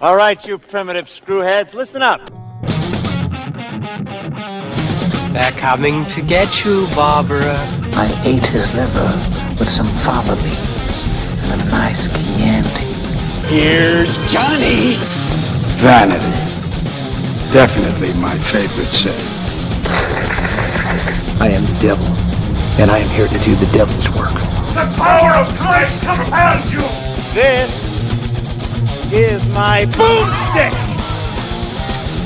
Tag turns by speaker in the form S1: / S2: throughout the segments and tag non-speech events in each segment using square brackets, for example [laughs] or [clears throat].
S1: All right, you primitive screwheads, listen up.
S2: They're coming to get you, Barbara.
S3: I ate his liver with some fava beans and a nice Chianti.
S4: Here's Johnny.
S5: Vanity. Definitely my favorite sin.
S3: I am the devil, and I am here to do the devil's work.
S6: The power of Christ compels you.
S1: This is my boomstick.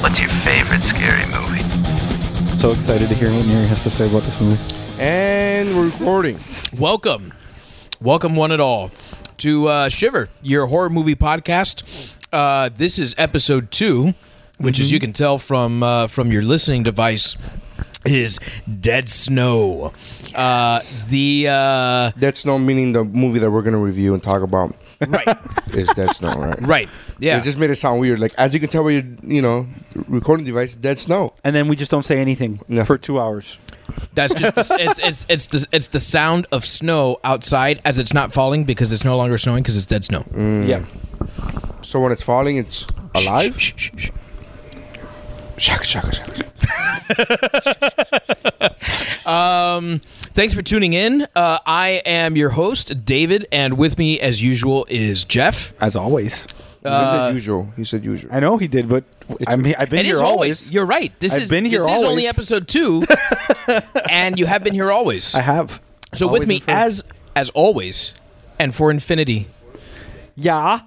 S7: What's your favorite scary movie?
S8: So excited to hear what Mary has to say about this movie.
S9: And we're recording.
S10: Welcome, welcome one and all to uh, Shiver, your horror movie podcast. Uh, this is episode two, which, as you can tell from uh, from your listening device, is Dead Snow. Uh, the uh,
S9: That's not meaning the movie that we're gonna review and talk about
S10: [laughs] right,
S9: is Dead Snow,
S8: [laughs]
S9: right?
S10: right, yeah,
S9: It just made it sound weird. Like as you can tell by your you know recording device, Dead Snow.
S8: And then we just don't say anything
S9: No.
S8: for two hours.
S10: that's just the, it's it's it's the it's the sound of snow outside as it's not falling because it's no longer snowing because it's dead snow.
S8: Yeah.
S9: So when it's falling, it's alive. Shaka shaka shaka. shaka.
S10: Thanks for tuning in. Uh, I am your host, David, and with me, as usual, is Jeff.
S8: As always.
S9: he said usual. He said usual.
S8: Uh, I know he did, but I'm, he- I've been
S10: It is
S8: here
S10: always.
S8: always.
S10: You're right. This
S8: I've
S10: is
S8: been here
S10: this is only
S8: always. [laughs]
S10: episode two, and you have been here always.
S8: I have.
S10: so
S9: always
S10: with me
S9: and forever.
S10: as as always, and for infinity, [laughs]
S8: Yeah.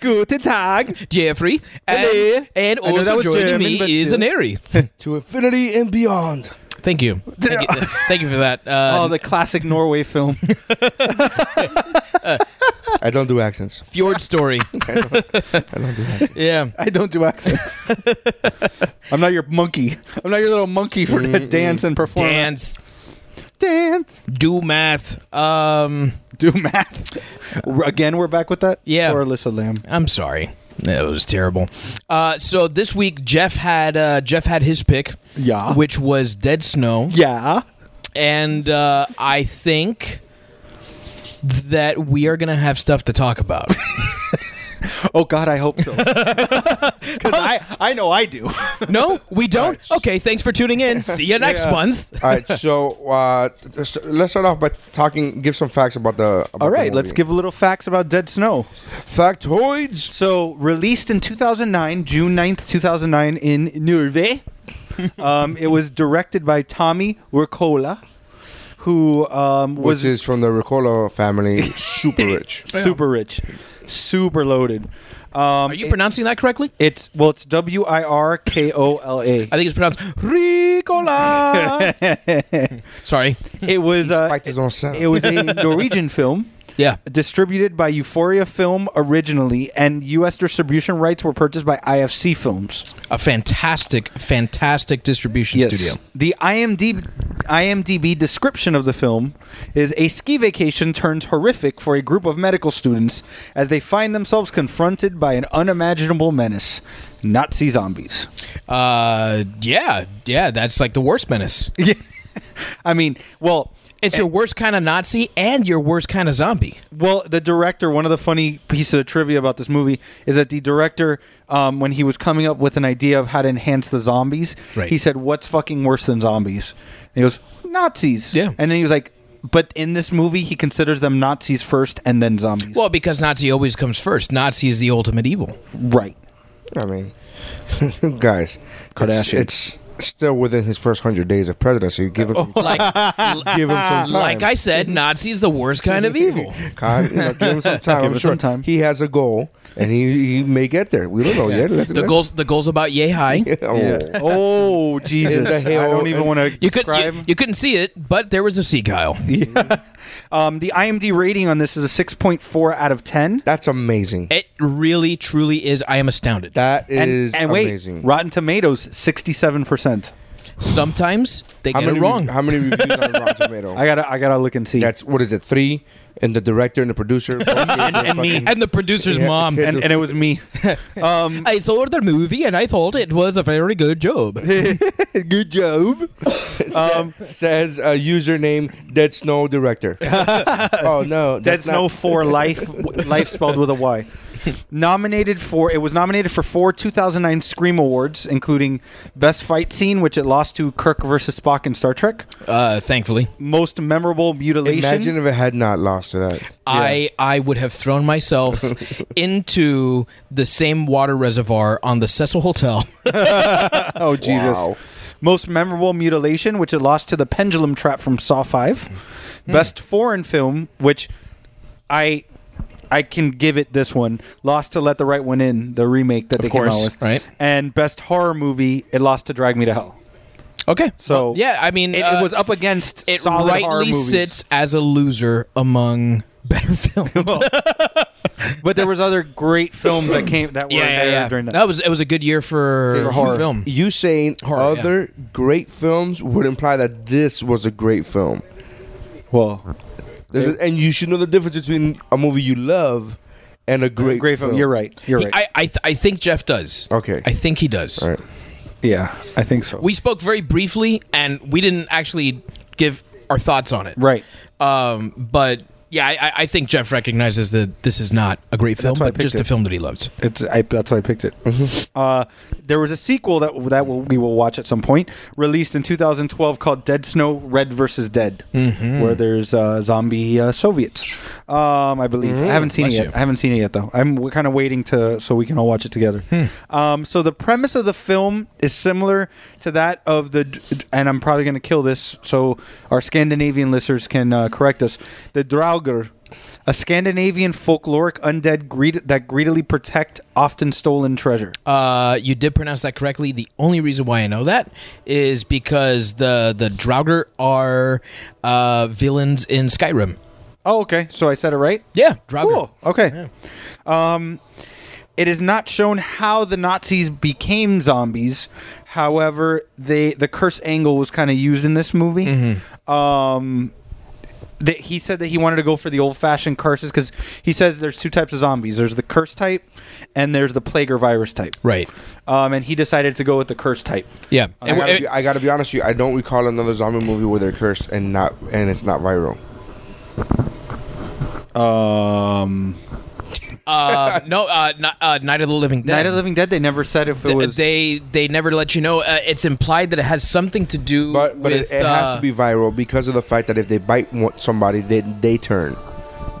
S8: Guten Tag.
S10: Jeffrey,
S8: Hello.
S10: and, and
S8: I know that
S10: also
S8: was
S10: joining
S8: German, but
S10: me is
S8: still.
S10: Aneri.
S9: [laughs] to infinity and beyond.
S10: Thank you.
S8: [laughs]
S10: Thank you, thank you for that. Uh,
S8: Oh, the classic Norway film. [laughs]
S9: I don't do accents.
S8: [laughs]
S10: Fjord story.
S9: I [laughs] don't do accents.
S10: yeah.
S8: I don't do accents. I'm not your monkey. I'm not your little monkey for to dance and perform.
S10: Dance.
S8: Dance.
S10: Do math. Um.
S8: Do math. Again, we're back with that?
S10: Yeah.
S8: Or Alyssa Lamb.
S10: I'm sorry. That was terrible. Uh, so this week Jeff had uh, Jeff had his pick,
S8: Yeah.
S10: which was Dead Snow,
S8: Yeah.
S10: and uh, I think that we are gonna have stuff to talk about.
S8: [laughs] Oh, God, I hope
S10: [laughs]
S8: so. Because I, I know I do.
S10: no, we don't. Okay, thanks for tuning in. See you
S8: [laughs]
S10: next
S8: Yeah.
S10: month.
S9: All right, so uh, let's- let's start off by talking, give some facts about the. About
S8: All
S9: the
S8: right, let's
S9: movie.
S8: give a little facts about Dead Snow.
S9: factoids.
S8: So, released in 2009, June 9th, 2009, in [laughs] Norway. um, it was directed by Tommy Wirkola, who um, was
S9: Which is from the Ricola
S8: [laughs]
S9: family, super rich.
S8: super rich, super loaded. Um,
S10: Are you pronouncing that correctly?
S8: it's well, it's W I R K O L A.
S10: I think it's
S8: [laughs]
S10: pronounced Ricola. sorry.
S8: It was uh,
S9: Spiked his own sound.
S8: it was [laughs] a Norwegian film.
S10: Yeah.
S8: Distributed by Euphoria Film originally, and U.S. distribution rights were purchased by IFC Films.
S10: A fantastic, fantastic distribution studio.
S8: The IMDb, IMDb description of the film is a ski vacation turns horrific for a group of medical students as they find themselves confronted by an unimaginable menace Nazi zombies.
S10: Uh, yeah, yeah. That's like the worst menace.
S8: I mean, well.
S10: It's your worst kind of Nazi and your worst kind of zombie.
S8: Well, the director, one of the funny pieces of trivia about this movie is that the director, um, when he was coming up with an idea of how to enhance the zombies,
S10: Right.
S8: he said, What's fucking worse than zombies? And he goes, Nazis.
S10: Yeah.
S8: And then he was like, But in this movie, he considers them Nazis first and then zombies.
S10: Well, because Nazi always comes first. Nazi is the
S9: [laughs]
S10: ultimate evil. [laughs]
S8: right.
S9: I mean, [laughs] guys, it's,
S8: Kardashian.
S9: it's still within his first hundred days of presidency. Give him,
S8: Oh,
S9: some
S10: Like,
S9: give him some time.
S10: like I said, Nazi is the worst kind of evil.
S9: Kai, you know, give
S8: [laughs]
S9: him some time.
S8: Give
S9: I'm
S8: him
S9: sure
S8: some time.
S9: he has a goal, and he, he may get there. We don't know yet. Let's- [laughs]
S10: The
S9: let's-
S10: goals, the goals about yay high.
S9: Oh.
S8: Oh, Jesus. I
S9: hell-
S8: don't even want to
S10: You could,
S8: describe.
S10: you, you couldn't see it, but there was a sea Kyle.
S8: um, the IMD rating on this is a 6.4 out of 10.
S9: That's amazing.
S10: It really, truly is. I am astounded.
S9: That
S8: And,
S9: is
S8: and wait,
S9: amazing.
S8: Rotten Tomatoes, 67%.
S10: Sometimes they
S9: how
S10: get
S9: many
S10: it
S9: re-
S10: wrong.
S9: How many
S8: [laughs]
S9: reviews on Rotten Tomato?
S8: I gotta, I gotta look and see.
S9: That's what is it? Three, and the director and
S8: [laughs]
S9: the producer, and,
S10: [laughs]
S8: me.
S10: and the producer's
S9: Yeah, [laughs]
S10: mom.
S9: it's-
S8: and, and it was me. Um,
S10: I saw the movie and I thought it was a very good job.
S8: good job. Um,
S9: says a username
S8: [laughs]
S9: Dead Snow director. oh no,
S8: Dead
S9: that's
S8: Snow
S9: not-
S8: for life, w- life spelled with a Y. nominated for it was nominated for four 2009 Scream Awards, including Best Fight Scene, which it lost to Kirk versus Spock in Star Trek.
S10: Uh, thankfully,
S8: Most Memorable Mutilation.
S9: Imagine if it had not lost to that.
S10: I I would have
S8: [laughs]
S10: thrown myself into the same water reservoir on the Cecil Hotel. [laughs]
S8: oh Jesus.
S9: Wow.
S8: Most memorable mutilation, which it lost to the pendulum trap from Saw Five.
S10: Hmm.
S8: Best foreign film, which I I can give it this one. Lost to Let the Right One In, the remake that they came
S10: course,
S8: out with.
S10: right.
S8: And best horror movie, it lost to Drag Me to Hell.
S10: okay,
S8: So
S10: Well, yeah, I mean,
S8: it, it
S10: uh,
S8: was up against
S10: It
S8: solid horror
S10: rightly
S8: movies.
S10: sits as a loser among [laughs] better films.
S8: [laughs] but there was other great films that came that were there during that.
S10: That was it was a good year for horror film.
S9: You saying
S10: Horror, yeah.
S9: other great films would imply that this was a great film.
S8: Well,
S9: There's a- and you should know the difference between a movie you love and a great,
S8: great film. You're right. You're right.
S10: I I, th- I think Jeff does.
S9: Okay.
S10: I think he does.
S9: All right.
S8: yeah, I think so.
S10: We spoke very briefly, and we didn't actually give our thoughts on it.
S8: right.
S10: Um, but yeah, I, I- I think Jeff recognizes that this is not a great film,
S8: That's why I
S10: but just
S8: picked
S10: a
S8: it.
S10: film that he loves.
S8: It's I, that's why I picked it.
S10: Mm-hmm.
S8: Uh, there was a sequel that that will, we will watch at some point, released in 2012 called Dead Snow: Red versus Dead,
S10: Mm-hmm.
S8: where there's uh, zombie uh, Soviets. Um, I believe I haven't seen
S10: Mm-hmm. Bless
S8: it yet.
S10: you.
S8: I haven't seen it yet though. I'm kind of waiting to so we can all watch it together.
S10: Hmm.
S8: Um, so the premise of the film is similar to that of the, and I'm probably gonna kill this, so our Scandinavian listeners can uh, correct us. The Draugr, a Scandinavian folkloric undead greed that greedily protect often stolen treasure.
S10: Uh, you did pronounce that correctly. The only reason why I know that is because the the Draugr are uh, villains in Skyrim.
S8: oh, okay. So I said it right.
S10: Yeah, Draugr.
S8: Cool. Okay. Um, it is not shown how the Nazis became zombies. However, they the curse angle was kind of used in this movie. Um, that he said that he wanted to go for the old fashioned curses because he says there's two types of zombies. There's the curse type, and there's the plague or virus type.
S10: Right.
S8: Um, and he decided to go with the curse type.
S10: Yeah.
S9: I gotta, be, I gotta be honest with you. I don't recall another zombie movie where they're cursed and not and it's not viral.
S8: Um,
S10: uh, no, uh, Ni- uh, Night of the Living Dead.
S8: Night of the Living Dead. They never said if it
S10: Th-
S8: was.
S10: they they never let you know. Uh, it's implied that it has something to do,
S9: But but
S10: with,
S9: it, it has
S10: uh,
S9: to be viral because of the fact that if they bite one- somebody, then they turn.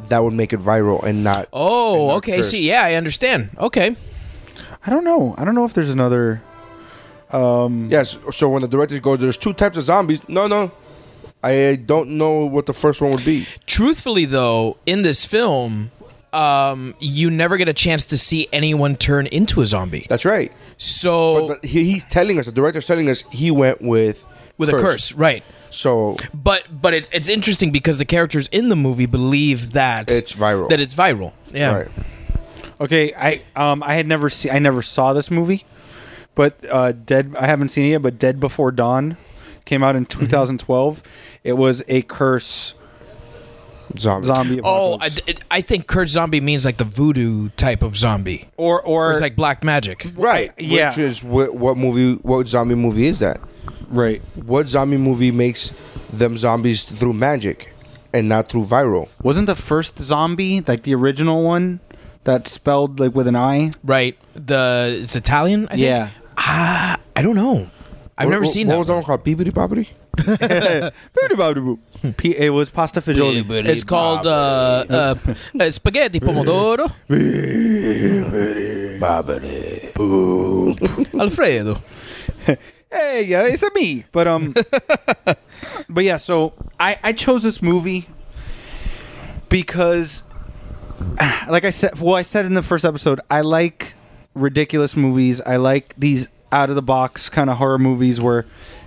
S9: That would make it viral and not. and
S10: Oh,
S9: not
S10: okay.
S9: cursed.
S10: See, yeah, I understand. Okay,
S8: I don't know. I don't know if there's another.
S9: Yes. So when the director goes, there's two types of zombies. No, no. I don't know what the first one would be.
S10: truthfully though in this film um you never get a chance to see anyone turn into a zombie
S9: That's right.
S10: so
S9: But he, he's telling us, the director's telling us he went with.
S10: with a curse right
S9: So
S10: but but it's it's interesting because the characters in the movie believe that
S9: It's viral.
S10: that it's viral yeah
S9: right.
S8: Okay, I um I had never seen I never saw this movie, but uh, Dead I haven't seen it yet. But Dead Before Dawn came out in 2012. It was a curse
S9: zombie.
S8: zombie.
S10: oh I,
S8: apocalypse.
S10: it- I think curse zombie means like the voodoo type of zombie
S8: or or
S10: it's like black magic
S9: Right.
S8: Yeah.
S9: Which is what, what movie, what zombie movie is that?
S8: right.
S9: What zombie movie makes them zombies through magic and not through viral?
S8: Wasn't the first zombie like the original one that spelled like with an I?
S10: right the it's Italian I think?
S8: Yeah.
S10: ah I don't know I've
S9: What-
S10: never
S9: what,
S10: seen
S9: what
S10: that
S9: was that
S10: one.
S9: one called? Peepity Poppity?
S8: [laughs] P- it was pasta fagioli.
S10: it's called uh, uh, uh, spaghetti pomodoro Alfredo.
S8: hey, yeah, it's a me. But [laughs] um, but yeah, so I I chose this movie because, like I said, well, I said in the first episode, I like ridiculous movies. I like these out of the box kind of horror movies where.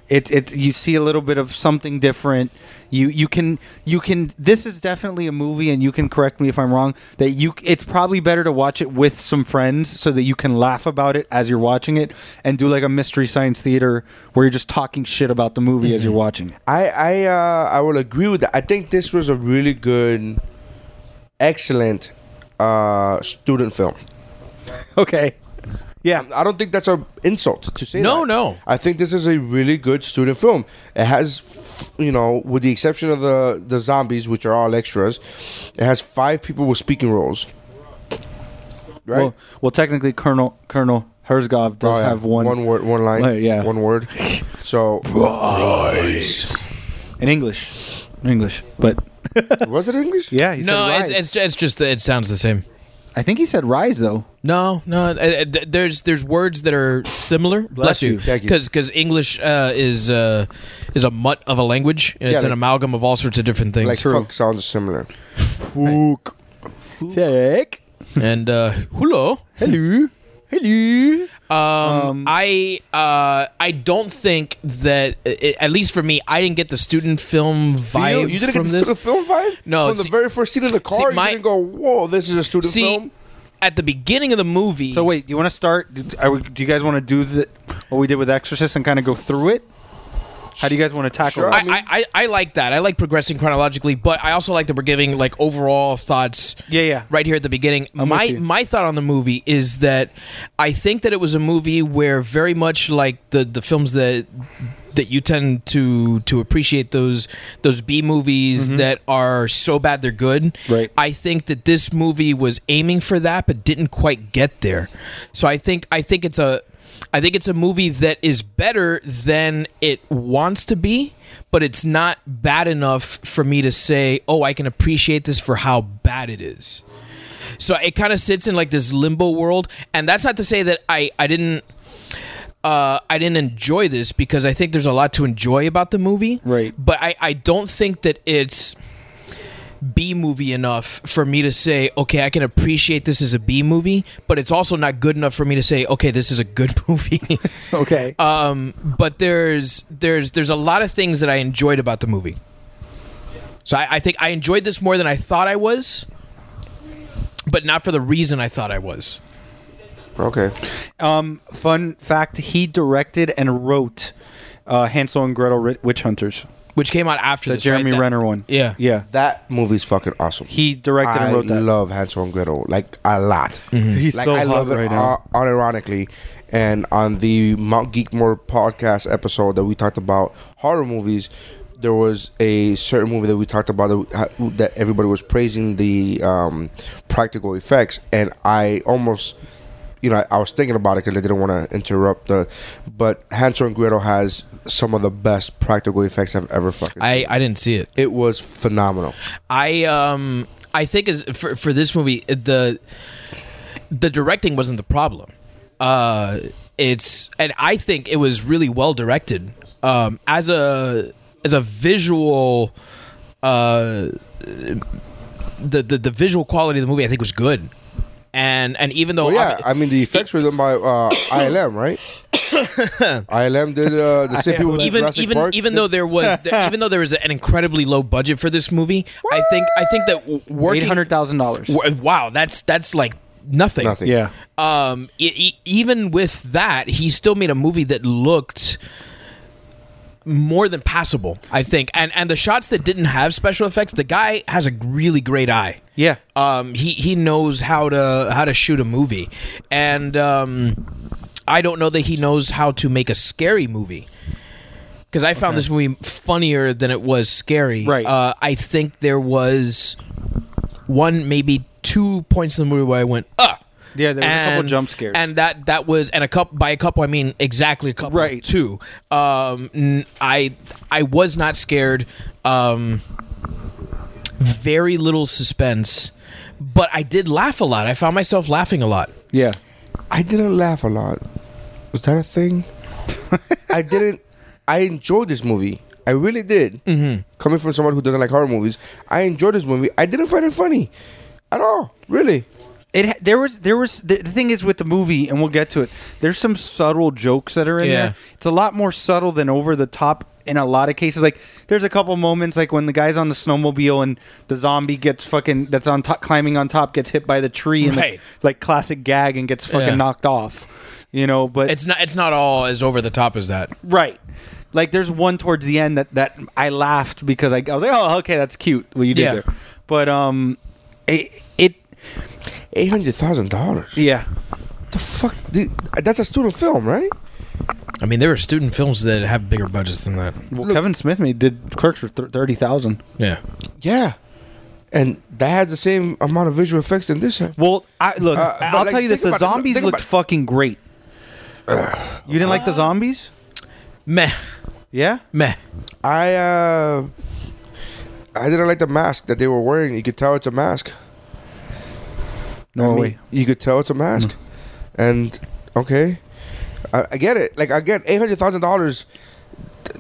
S8: It, it you see a little bit of something different you you can you can this is definitely a movie and you can correct me if i'm wrong that you it's probably better to watch it with some friends so that you can laugh about it as you're watching it and do like a mystery science theater where you're just talking shit about the movie
S9: Mm-hmm.
S8: as you're watching it
S9: I I uh, I will agree with that. I think this was a really good, excellent uh, student film.
S8: okay yeah
S9: I don't think that's an insult to say.
S10: No,
S9: that.
S10: no.
S9: I think this is a really good student film. It has, f- you know, with the exception of the the zombies, which are all extras, it has five people with speaking roles. right?
S8: Well, well, technically, Colonel Colonel Herzog does
S9: Oh, yeah.
S8: have one
S9: one word, one line,
S8: Right, yeah.
S9: one word.
S8: [laughs]
S9: So
S8: in English, in English. But
S9: was it English?
S8: yeah, he
S10: no,
S8: said
S10: it's,
S8: rise.
S10: it's it's just that it sounds the same.
S8: I think he said rise though.
S10: No, no. uh, uh, th- There's there's words that are similar. Bless,
S9: you. Thank you.
S10: Because English uh, is uh, is a mutt of a language. It's an
S9: like-
S10: amalgam of all sorts of different things.
S9: Like fuck sounds similar.
S8: Fook. Fook.
S10: and uh, hello.
S8: Hello. Hello.
S10: Um, I uh, I don't think that i at least for me, I didn't get the student film vibe.
S9: you, you didn't
S10: from
S9: get this
S10: this.
S9: the film vibe?
S10: No,
S9: From
S10: see-
S9: the very first scene in the car,
S10: see, my-
S9: you didn't go, "Whoa, this is a student
S10: See,
S9: film."
S10: at the beginning of the movie,
S8: So wait, do you want to start? did- Are we, do you guys want to do the what we did with Exorcist and kind of go through it? How do you guys want to tackle
S9: Sure.
S8: it?
S10: I, I, I, I like that. I like progressing chronologically, but I also like that we're giving like overall thoughts.
S8: Yeah, yeah.
S10: Right here at the beginning.
S8: I'm
S10: my
S8: with you.
S10: my thought on the movie is that I think that it was a movie where very much like the the films that that you tend to to appreciate those those B movies that are so bad they're good.
S8: Mm-hmm. Right.
S10: I think that this movie was aiming for that but didn't quite get there. So I think I think it's a I think it's a movie that is better than it wants to be, but it's not bad enough for me to say, "Oh, I can appreciate this for how bad it is." So it kind of sits in like this limbo world, and that's not to say that I I didn't uh, I didn't enjoy this because I think there's a lot to enjoy about the movie.
S8: Right.
S10: But I, I don't think that it's B movie enough for me to say, okay, I can appreciate this as a B movie, but it's also not good enough for me to say, okay, this is a good [laughs] movie.
S8: okay.
S9: Uh,
S10: um, but there's there's there's a lot of things that I enjoyed about the movie. So I, I think I enjoyed this more than I thought I was, but not for the reason I thought I was.
S9: Okay.
S8: Um, fun fact: He directed and wrote uh, Hansel and Gretel: Ri- Witch Hunters,
S10: Which came out after
S8: the
S10: this, right?
S8: Jeremy
S10: That-
S8: Renner one.
S10: Yeah.
S8: yeah.
S9: That movie's fucking awesome.
S8: He directed
S9: I
S8: and wrote that. Mm-hmm.
S9: love Hansel and Gretel like a lot.
S8: He's
S9: like
S8: so
S9: I
S8: hot
S9: love it
S8: right now.
S9: uh, unironically. And on the Mount Geekmore podcast episode that we talked about horror movies, there was a certain movie that we talked about that, that everybody was praising the um, practical effects, and I almost. You know, I, I was thinking about it because I didn't want to interrupt the, but Hansel and Gretel has some of the best practical effects I've ever fucking.
S10: I, I didn't see it.
S9: it was phenomenal.
S10: I um I think is for for this movie the the directing wasn't the problem. Uh it's and I think it was really well directed. Um as a as a visual uh the the, the visual quality of the movie I think was good. And and even though
S9: Well, Oh, yeah, I mean the effects were done by uh, [coughs] ILM, right? ILM did uh, the same people that
S10: even
S9: Jurassic
S10: even
S9: Park
S10: even
S9: did.
S10: though there was
S9: [laughs]
S10: there, even though there was an incredibly low budget for this movie, I think I think that w-
S8: Eight
S10: working
S8: hundred thousand dollars.
S10: Wa- Wow, that's that's like nothing.
S9: Nothing.
S8: Yeah.
S10: Um, e- e- even with that, he still made a movie that looked more than passable, I think. And and the shots that didn't have special effects, the guy has a really great eye.
S8: Yeah.
S10: Um, he he knows how to how to shoot a movie, and um, I don't know that he knows how to make a scary movie. Because I found this movie funnier than it was scary.
S8: Right.
S10: Uh, I think there was one, maybe two points in the movie where I went, ah.
S8: Yeah, there was a couple jump scares.
S10: and that that was, and a couple by a couple I mean exactly a couple,
S8: Right.
S10: Two. Um, n- I I was not scared. Um, very little suspense, but I did laugh a lot. I found myself laughing a lot.
S8: Yeah.
S9: I didn't laugh a lot. Was that a [laughs] thing? I didn't. I enjoyed this movie. I really did. Mm-hmm. Coming from someone who doesn't like horror movies, I enjoyed this movie. I didn't find it funny at all. Really.
S8: It ha- there was there was the, the thing is with the movie, and we'll get to it. There's some subtle jokes that are in
S10: Yeah.
S8: there. It's a lot more subtle than over the top in a lot of cases. Like there's a couple moments like when the guy's on the snowmobile and the zombie gets fucking that's on top climbing on top gets hit by the tree and
S10: Right.
S8: the, like classic gag and gets fucking
S10: Yeah.
S8: knocked off. You know, but
S10: It's not it's not all as over the top as that.
S8: Right. Like there's one towards the end that that I laughed because I, I was like, oh, okay, that's cute what you did
S10: Yeah.
S8: there. But um, it, it
S9: Eight hundred thousand dollars.
S8: yeah.
S9: The fuck? Dude, that's a student film, right?
S10: I mean, there are student films that have bigger budgets than that.
S8: Well, Kevin Smith made did Clerks for th- thirty thousand.
S10: Yeah.
S9: Yeah. and that has the same amount of visual effects than this. had.
S8: Well, I, look,
S9: Uh, but,
S8: I'll
S9: like,
S8: tell you this:
S9: think
S8: the
S9: about it. No,
S8: zombies
S9: think
S8: looked
S9: about it.
S8: fucking great. you didn't like the zombies?
S10: Meh,
S8: Yeah.
S10: meh.
S9: I uh, I didn't like the mask that they were wearing. You could tell it's a mask.
S8: No
S9: I mean,
S8: way. Hmm.
S9: You could tell it's a mask. And okay, I, I get it. Like I get eight hundred thousand dollars.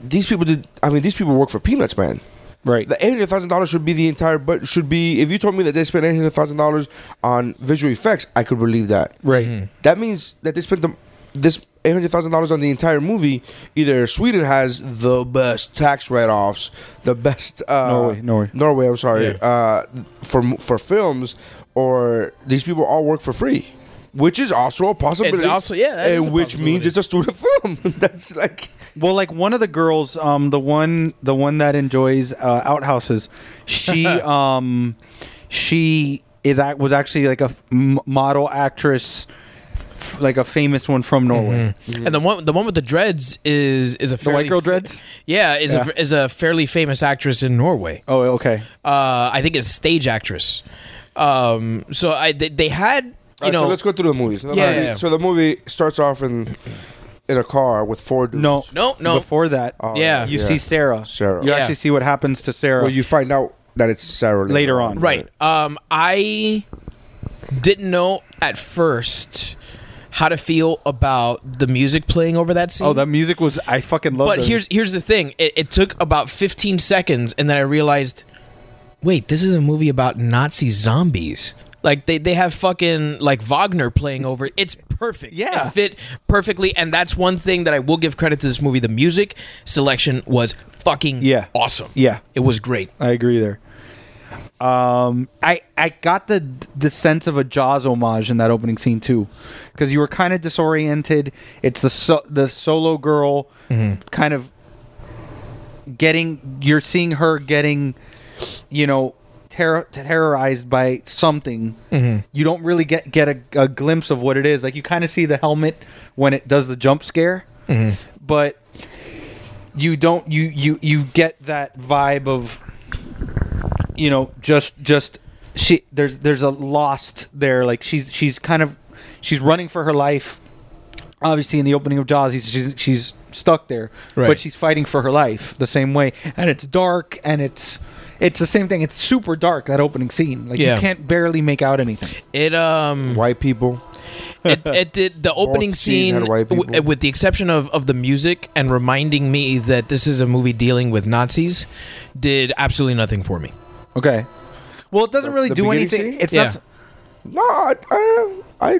S9: These people did. I mean, these people work for peanuts, man.
S8: Right.
S9: The eight hundred thousand dollars should be the entire. But should be if you told me that they spent eight hundred thousand dollars on visual effects, I could believe that.
S8: right.
S10: Hmm. Mm.
S9: That means that they spent the, this eight hundred thousand dollars on the entire movie. Either Sweden has the best tax write-offs, the best uh,
S8: Norway, Norway.
S9: Norway. I'm sorry uh, for for films, or these people all work for free. Which is also a possibility.
S10: also- yeah, that is
S9: and
S10: a
S9: which means
S10: possibility.
S9: it's a student [laughs] film. That's like
S8: Well, like one of the girls, um, the one, the one that enjoys uh, outhouses,
S9: [laughs]
S8: she, um, she is ac- was actually like a f- m- model actress, f- like a famous one from
S9: Mm-hmm.
S8: Norway.
S10: And the one, the one with the dreads is is a
S8: Mm-hmm. white
S10: fairly
S8: girl
S10: fa-
S8: dreads?
S10: yeah, is
S8: Yeah.
S10: a is a fairly famous actress in Norway.
S8: Oh, okay.
S10: Uh, I think it's stage actress. Um, so I they, they had you
S9: Alright,
S10: know
S9: so let's go through the movie. So the,
S10: Yeah,
S9: movie,
S10: yeah, yeah.
S9: So the movie starts off in in a car with four dudes.
S8: No,
S10: No, no.
S8: Before that,
S10: Yeah.
S8: you see Sarah.
S9: Oh, Sarah.
S8: You
S10: Yeah.
S8: actually see what happens to Sarah
S9: Well, you find out that it's Sarah later,
S8: later on.
S10: Right. Um, I didn't know at first how to feel about the music playing over that scene.
S8: Oh, that music was I fucking love.
S10: but here's here's the thing. It, it took about 15 seconds, and then I realized, wait, this is a movie about Nazi zombies. Like they, they have fucking like Wagner playing over. it. It's perfect.
S8: Yeah.
S10: it fit perfectly, and that's one thing that I will give credit to this movie. The music selection was fucking
S8: Yeah.
S10: awesome.
S8: Yeah.
S10: it was great.
S8: I agree there. Um, I I got the the sense of a Jaws homage in that opening scene too, because you were kind of disoriented. It's the so, the solo girl kind of getting. You're seeing her getting, you know, terror, terrorized by something. You don't really get get a, a glimpse of what it is. Like you kind of see the helmet when it does the jump scare, but you don't you you you get that vibe of you know just just she there's there's a lost there like she's she's kind of she's running for her life obviously in the opening of jaws he's, she's she's stuck there
S10: Right.
S8: but she's fighting for her life the same way and it's dark and it's it's the same thing it's super dark that opening scene like
S10: Yeah.
S8: you can't barely make out anything
S10: It um
S9: White people.
S10: it, it did the opening
S9: Both scenes
S10: scene
S9: had white
S10: w-
S9: people.
S10: with the exception of, of the music and reminding me that this is a movie dealing with nazis did absolutely nothing for me
S8: okay well it doesn't really
S9: the
S8: do
S9: beginning
S8: anything
S9: scene?
S8: it's
S10: Yeah.
S8: not
S9: No, I, I, I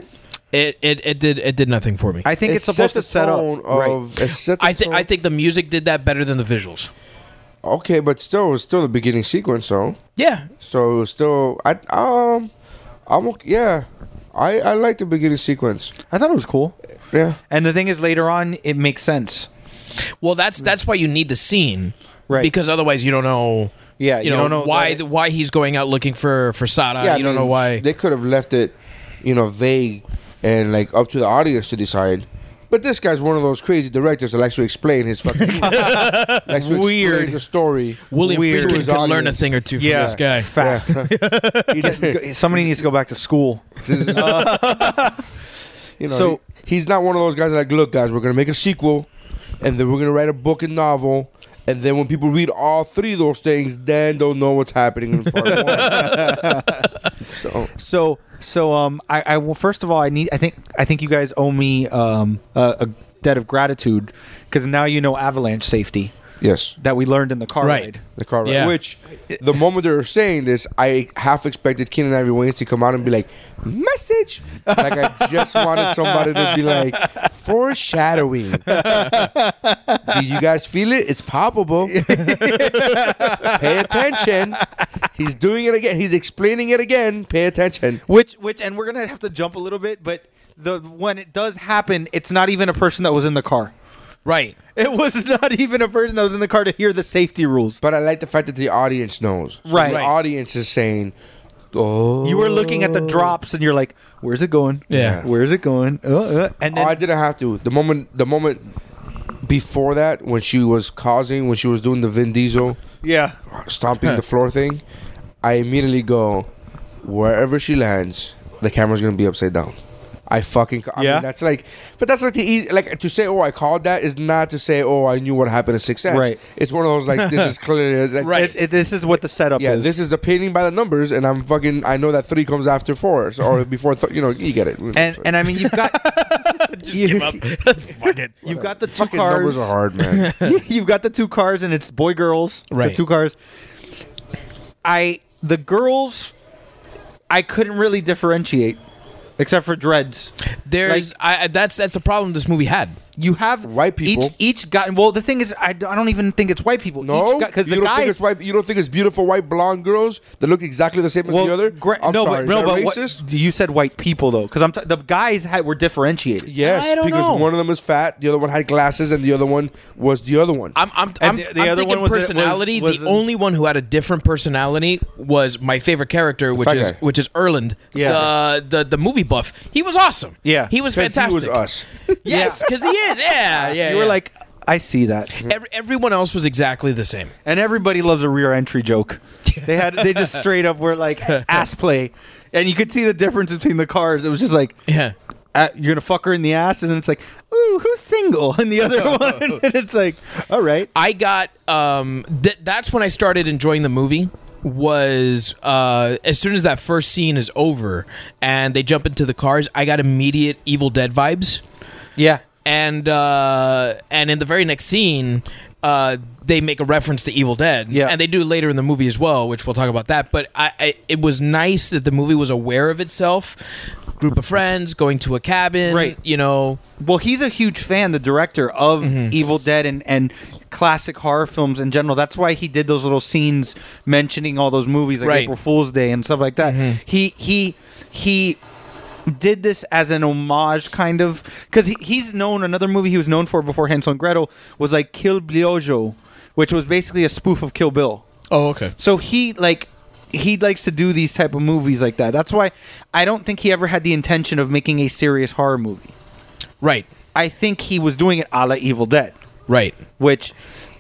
S10: it, it it did it did nothing for me
S8: i think it's, supposed to set up right.
S9: of it set the
S10: i think
S9: tone-
S10: i think the music did that better than the visuals
S9: okay, but still, it's still the beginning sequence, so
S10: yeah
S9: so it was still I um I'm okay, yeah I I like the beginning sequence
S8: i thought it was cool
S10: Uh,
S9: yeah
S8: and the thing is later on it makes sense
S10: well that's that's why you need the scene
S8: Right.
S10: because otherwise you don't know
S8: Yeah,
S10: you, know, why
S8: that-
S10: the, why he's going out looking for for Sada.
S9: yeah I
S10: you don't
S9: mean,
S10: know why.
S9: they could have left it you know vague and like up to the audience to decide. But this guy's one of those crazy directors that likes to explain his
S10: [laughs]
S9: fucking likes to
S10: Weird.
S9: explain the story.
S10: William
S9: to
S10: Friedkin
S9: his
S10: could learn a
S9: audience.
S10: thing or two from
S8: Yeah.
S10: this guy.
S8: fact.
S10: [laughs]
S8: Somebody needs to go back to school.
S9: You know,
S8: So-
S9: he- he's not one of those guys that like, look, guys, we're gonna make a sequel, and then we're gonna write a book and novel, and then when people read all three of those things, then they'll know what's happening in part one. so
S8: So, so um, I, I well, first of all, I need. I think I think you guys owe me um a, a debt of gratitude because now you know avalanche safety
S9: yes,
S8: that we learned in the car
S10: Right.
S8: ride.
S9: the car ride.
S10: Yeah.
S9: Which the moment they were saying this, I half expected Keenan Ivory Wayans to come out and be like, message. Like I just wanted somebody to be like foreshadowing. Did you guys feel it? It's palpable. Pay attention. He's doing it again. He's explaining it again. Pay attention.
S8: Which, which, and we're gonna have to jump a little bit, but the when it does happen, it's not even a person that was in the car. [laughs]
S10: Right.
S8: It was not even a person that was in the car to hear the safety rules.
S9: But I like the fact that the audience knows. So
S8: Right.
S9: The audience is saying, oh.
S8: You were looking at the drops, and you're like, "Where's it going?
S10: Yeah.
S8: where's it going?" Uh, uh. And
S9: oh, I
S8: then
S9: didn't have to. The moment, the moment before that, when she was causing, when she was doing the Vin Diesel
S8: yeah,
S9: stomping the floor thing, I immediately go, wherever she lands, the camera's gonna be upside down. I fucking ca- I
S8: Yeah.
S9: Mean, that's like, but that's like the easy like to say. Oh, I called that is not to say. Oh, I knew what happened at six X.
S8: Right.
S9: It's one of those like
S8: [laughs]
S9: this is clearly like,
S8: It, it- this is what the setup
S9: Yeah,
S8: is.
S9: this is the painting by the numbers, and I'm fucking. I know that three comes after four, so, or before. Th- you know, you get it.
S8: and and I mean you've got you,
S10: Fuck it.
S8: have
S9: [laughs]
S8: got the two
S9: fucking
S8: cars.
S9: numbers are hard, man.
S8: [laughs] you've got the two cars and it's boy girls.
S10: Right.
S8: The two cars. I the girls I couldn't really differentiate except for dreads.
S10: There's I, I- that's that's a problem this movie had.
S8: You have
S9: White people.
S8: Each each got well. The thing is, I, d- I don't even think it's white people.
S9: No,
S8: because
S9: you
S8: the
S9: don't think it's
S8: guys.
S9: white, you don't think it's beautiful white blonde girls that look exactly the same as the other.
S8: gra-
S9: I'm
S8: no,
S9: sorry,
S8: but no,
S9: is
S8: but
S9: that
S8: what-
S9: racist?
S8: you said white people though, because I'm t- the guys had, were differentiated.
S9: Yes,
S10: I don't
S9: because
S10: know.
S9: one of them is fat, the other one had glasses, and the other one was the other one.
S10: I'm I'm, I'm,
S8: And the- the
S10: I'm
S8: other
S10: thinking
S8: one was- was-
S10: personality.
S8: was
S10: the
S8: an-
S10: only one who had a different personality was my favorite character, which
S9: fat
S10: is
S9: guy.
S10: which is Erland.
S8: Yeah.
S10: The, the the movie buff. He was awesome.
S8: Yeah.
S10: He was
S9: 'Cause
S10: fantastic.
S9: he was us.
S10: [laughs] Yes, because he is. Yeah.
S8: [laughs]
S10: Yeah.
S8: you were
S10: yeah.
S8: like, I see that,
S10: Every, everyone else was exactly the same.
S8: and everybody loves a rear entry
S9: [laughs]
S8: joke. They had they just straight up were like ass play, and you could see the difference between the cars. It was just like.
S10: Yeah.
S8: uh, you're gonna fuck her in the ass, and then it's like, ooh, who's single? [laughs] And the
S9: [laughs]
S8: other one, [laughs] and it's like, all right,
S10: I got um th- that's when I started enjoying the movie was uh as soon as that first scene is over and they jump into the cars, I got immediate Evil Dead vibes.
S8: yeah,
S10: and uh, and in the very next scene, uh, they make a reference to Evil Dead.
S8: Yeah.
S10: and they do later in the movie as well, which we'll talk about that. But I, I it was nice that the movie was aware of itself. Group of friends going to a cabin,
S8: Right.
S10: You know,
S8: Well, he's a huge fan, the director of Evil Dead and, and classic horror films in general. That's why he did those little scenes mentioning all those movies like
S10: Right.
S8: April Fool's Day and stuff like that. He he he did this as an homage kind of because he, he's known another movie he was known for before Hansel and Gretel was like Kill Bliojo, which was basically a spoof of Kill Bill.
S10: oh okay,
S8: So he like he likes to do these type of movies like that. That's why I don't think he ever had the intention of making a serious horror movie.
S10: right,
S8: I think he was doing it a la Evil Dead,
S10: right,
S8: which,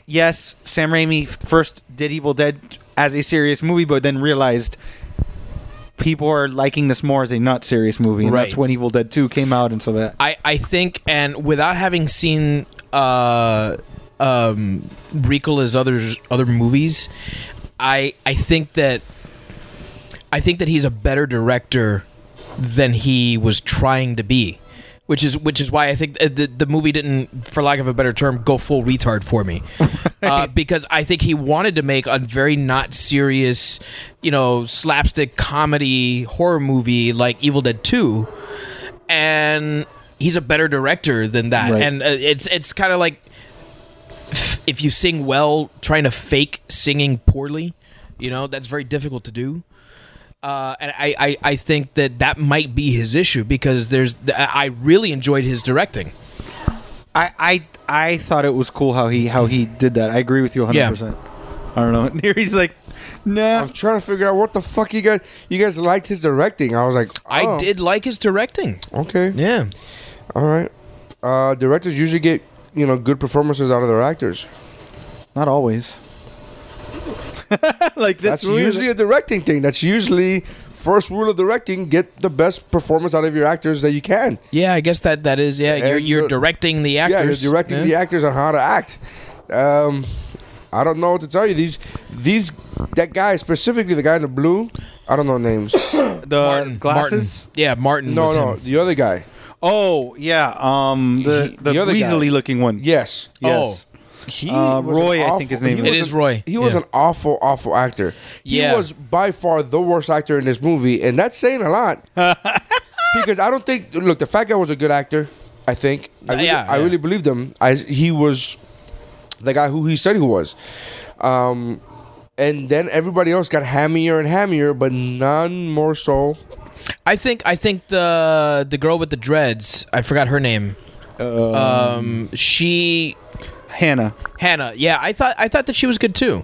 S8: yes, Sam Raimi f- first did Evil Dead as a serious movie, but then realized people are liking this more as a not serious movie. And that's
S10: Right.
S8: when Evil Dead 2 came out and so that.
S10: I, I think, and without having seen uh, um, Recal's other other movies, I I think that I think that he's a better director than he was trying to be, which is which is why I think uh, the the movie didn't, for lack of a better term, go full retard for me, uh, because I think he wanted to make a very not serious, you know, slapstick comedy horror movie like Evil Dead Two, and he's a better director than that,
S8: Right.
S10: and uh, it's it's kind of like if you sing well, trying to fake singing poorly, you know, that's very difficult to do. Uh, and I, I, I think that that might be his issue because there's I I really enjoyed his directing.
S8: I, I, I thought it was cool how he how he did that. I agree with you 100%. I don't know. [laughs] Here he's like, no.
S9: I'm trying to figure out what the fuck you guys you guys liked his directing. I was like,
S10: I
S9: oh,
S10: did like his directing.
S9: Okay,
S10: Yeah,
S9: all right. Uh, directors usually get you know good performances out of their actors.
S8: Not always. [laughs] like this
S9: That's
S8: movie-
S9: usually a directing thing. That's usually first rule of directing: get the best performance out of your actors that you can.
S10: yeah. I guess that that is yeah. You're,
S9: And
S10: you're
S9: the-
S10: directing the actors.
S9: Yeah, you're directing
S10: Yeah.
S9: the actors on how to act. Um, I don't know what to tell you. These, these, that guy specifically, the guy in the blue. I don't know names.
S8: the
S10: Martin,
S8: glasses.
S10: Martin. Yeah, Martin.
S9: no,
S10: was
S9: no,
S10: him.
S9: the other guy.
S8: Oh yeah, um, the
S9: He-
S8: the,
S9: the other guy. Oh.
S8: Weasley looking one.
S9: Yes,
S10: Oh.
S8: Yes.
S9: He
S8: Uh,
S9: was an
S8: Roy, I think his name
S9: he
S8: is.
S9: was
S10: It
S9: an-
S10: is Roy,
S9: He was
S10: yeah.
S9: an awful, awful actor.
S10: Yeah.
S9: He was by far the worst actor in this movie, and that's saying a
S10: [laughs]
S9: lot. because I don't think. Look, the fat guy was a good actor. I think. I really,
S10: Yeah,
S9: I
S10: yeah.
S9: really believed him. I he was the guy who he said he was. Um, and then everybody else got hammier and hammier, but none more so.
S10: I think I think the the girl with the dreads. I forgot her name. um she
S8: Hannah.
S10: Hannah. Yeah, I thought I thought that she was good too.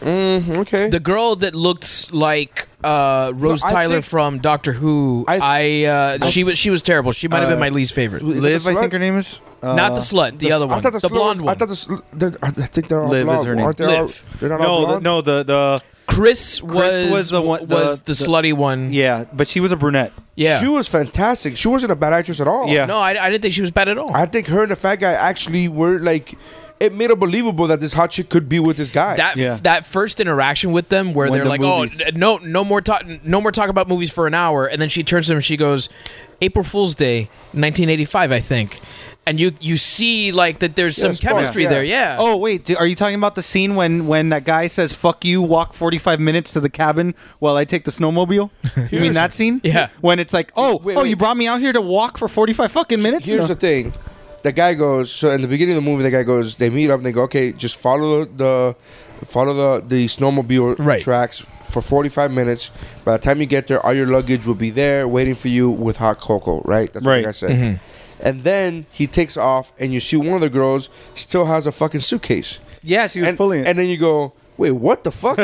S9: Okay.
S10: The girl that looks like uh, Rose
S9: No, I
S10: Tyler
S9: think-
S10: from Doctor Who. I,
S9: I-
S10: uh, she was she was terrible. She might have been my least favorite.
S9: Is it
S8: Liv,
S9: the
S8: I
S9: slut?
S8: think her name is. Uh,
S10: Not the slut, the, other
S9: I
S10: one,
S9: thought
S10: the,
S9: slut
S10: blonde
S9: was-
S10: one.
S9: I thought the. sl- the- I think they're all
S8: Liv is
S9: blonde.
S8: her name.
S9: Aren't they all-
S10: Liv.
S9: they're not all
S8: no, the,
S9: blonde?
S8: no, the the
S10: Chris was
S8: was the one- the-
S10: was the,
S8: the-
S10: slutty one.
S8: Yeah, but she was a brunette.
S10: yeah.
S9: She was fantastic. She wasn't a bad actress at all.
S8: Yeah.
S10: no, I, I didn't think she was bad at all.
S9: I think her and the fat guy actually were like, it made it believable that this hot chick could be with this guy.
S10: that
S8: Yeah.
S10: that first interaction with them where
S8: When
S10: they're
S8: the
S10: like,
S8: movies-
S10: "Oh, n- no, no more talk, no more talk about movies for an hour," and then she turns to him and she goes, "April Fool's Day, 1985, I think," and you you see like that there's some
S9: spark,
S10: chemistry
S9: yeah.
S10: there, yeah.
S8: Oh wait, do- are you talking about the scene when when that guy says "fuck you"? Walk forty five minutes to the cabin while I take the
S9: [laughs]
S8: snowmobile. you mean that scene?
S10: Yeah.
S8: When it's like, oh,
S9: Wait,
S8: oh,
S9: wait.
S8: you brought me out here to walk for forty five fucking minutes.
S9: Here's
S8: No.
S9: the thing. The guy goes. So in the beginning of the movie, the guy goes. They meet up. and They go. Okay, just follow the, follow the the snowmobile
S10: Right.
S9: tracks for 45 minutes. By the time you get there, all your luggage will be there waiting for you with hot cocoa. Right. That's
S8: Right.
S9: what I said.
S10: Mm-hmm.
S9: And then he takes off, and you see one of the girls still has a fucking suitcase.
S8: yes, he was
S9: and,
S8: pulling it.
S9: and then you go, wait, what the
S10: [laughs]
S9: fuck?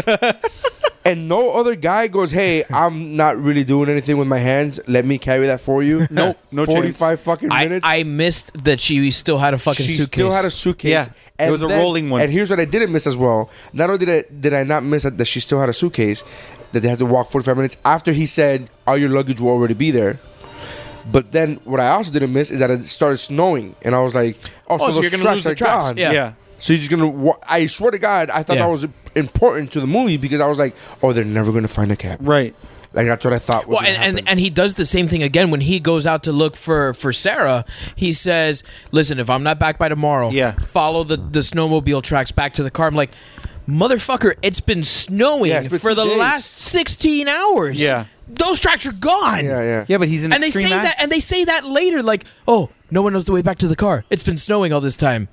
S9: and no other guy goes, hey, I'm not really doing anything with my hands. Let me carry that for you.
S8: Nope, no chance.
S9: 45 fucking
S10: I,
S9: minutes.
S10: I missed that she still had a fucking
S9: she
S10: suitcase.
S9: still had a suitcase.
S8: Yeah, it was a rolling one.
S9: And here's what I didn't miss as well. Not only did I, did I not miss that that she still had a suitcase, that they had to walk 45 minutes after he said, all your luggage will already be there. But then what I also didn't miss is that it started snowing. And I was like, oh, so,
S10: so
S9: those
S10: you're gonna
S9: tracks
S10: lose the
S9: are
S10: tracks.
S9: gone.
S10: Yeah.
S8: yeah.
S9: So he's just gonna. Wa- I swear to God, I thought
S10: Yeah.
S9: that was important to the movie because I was like, "Oh, they're never gonna find a cat."
S8: Right.
S9: Like that's what I thought. Was
S10: well, and, and and he does the same thing again when he goes out to look for for Sarah. He says, "Listen, if I'm not back by tomorrow,
S8: Yeah.
S10: follow the the snowmobile tracks back to the car." I'm like. Motherfucker, it's been snowing
S9: Yeah, it's been
S10: for
S9: two
S10: the
S9: days."
S10: last sixteen hours.
S8: Yeah.
S10: those tracks are gone.
S9: yeah, yeah,
S8: Yeah, but he's an
S10: and they say
S8: extreme act-
S10: that, and they say that later, like, "Oh, no one knows the way back to the car. It's been snowing all this time."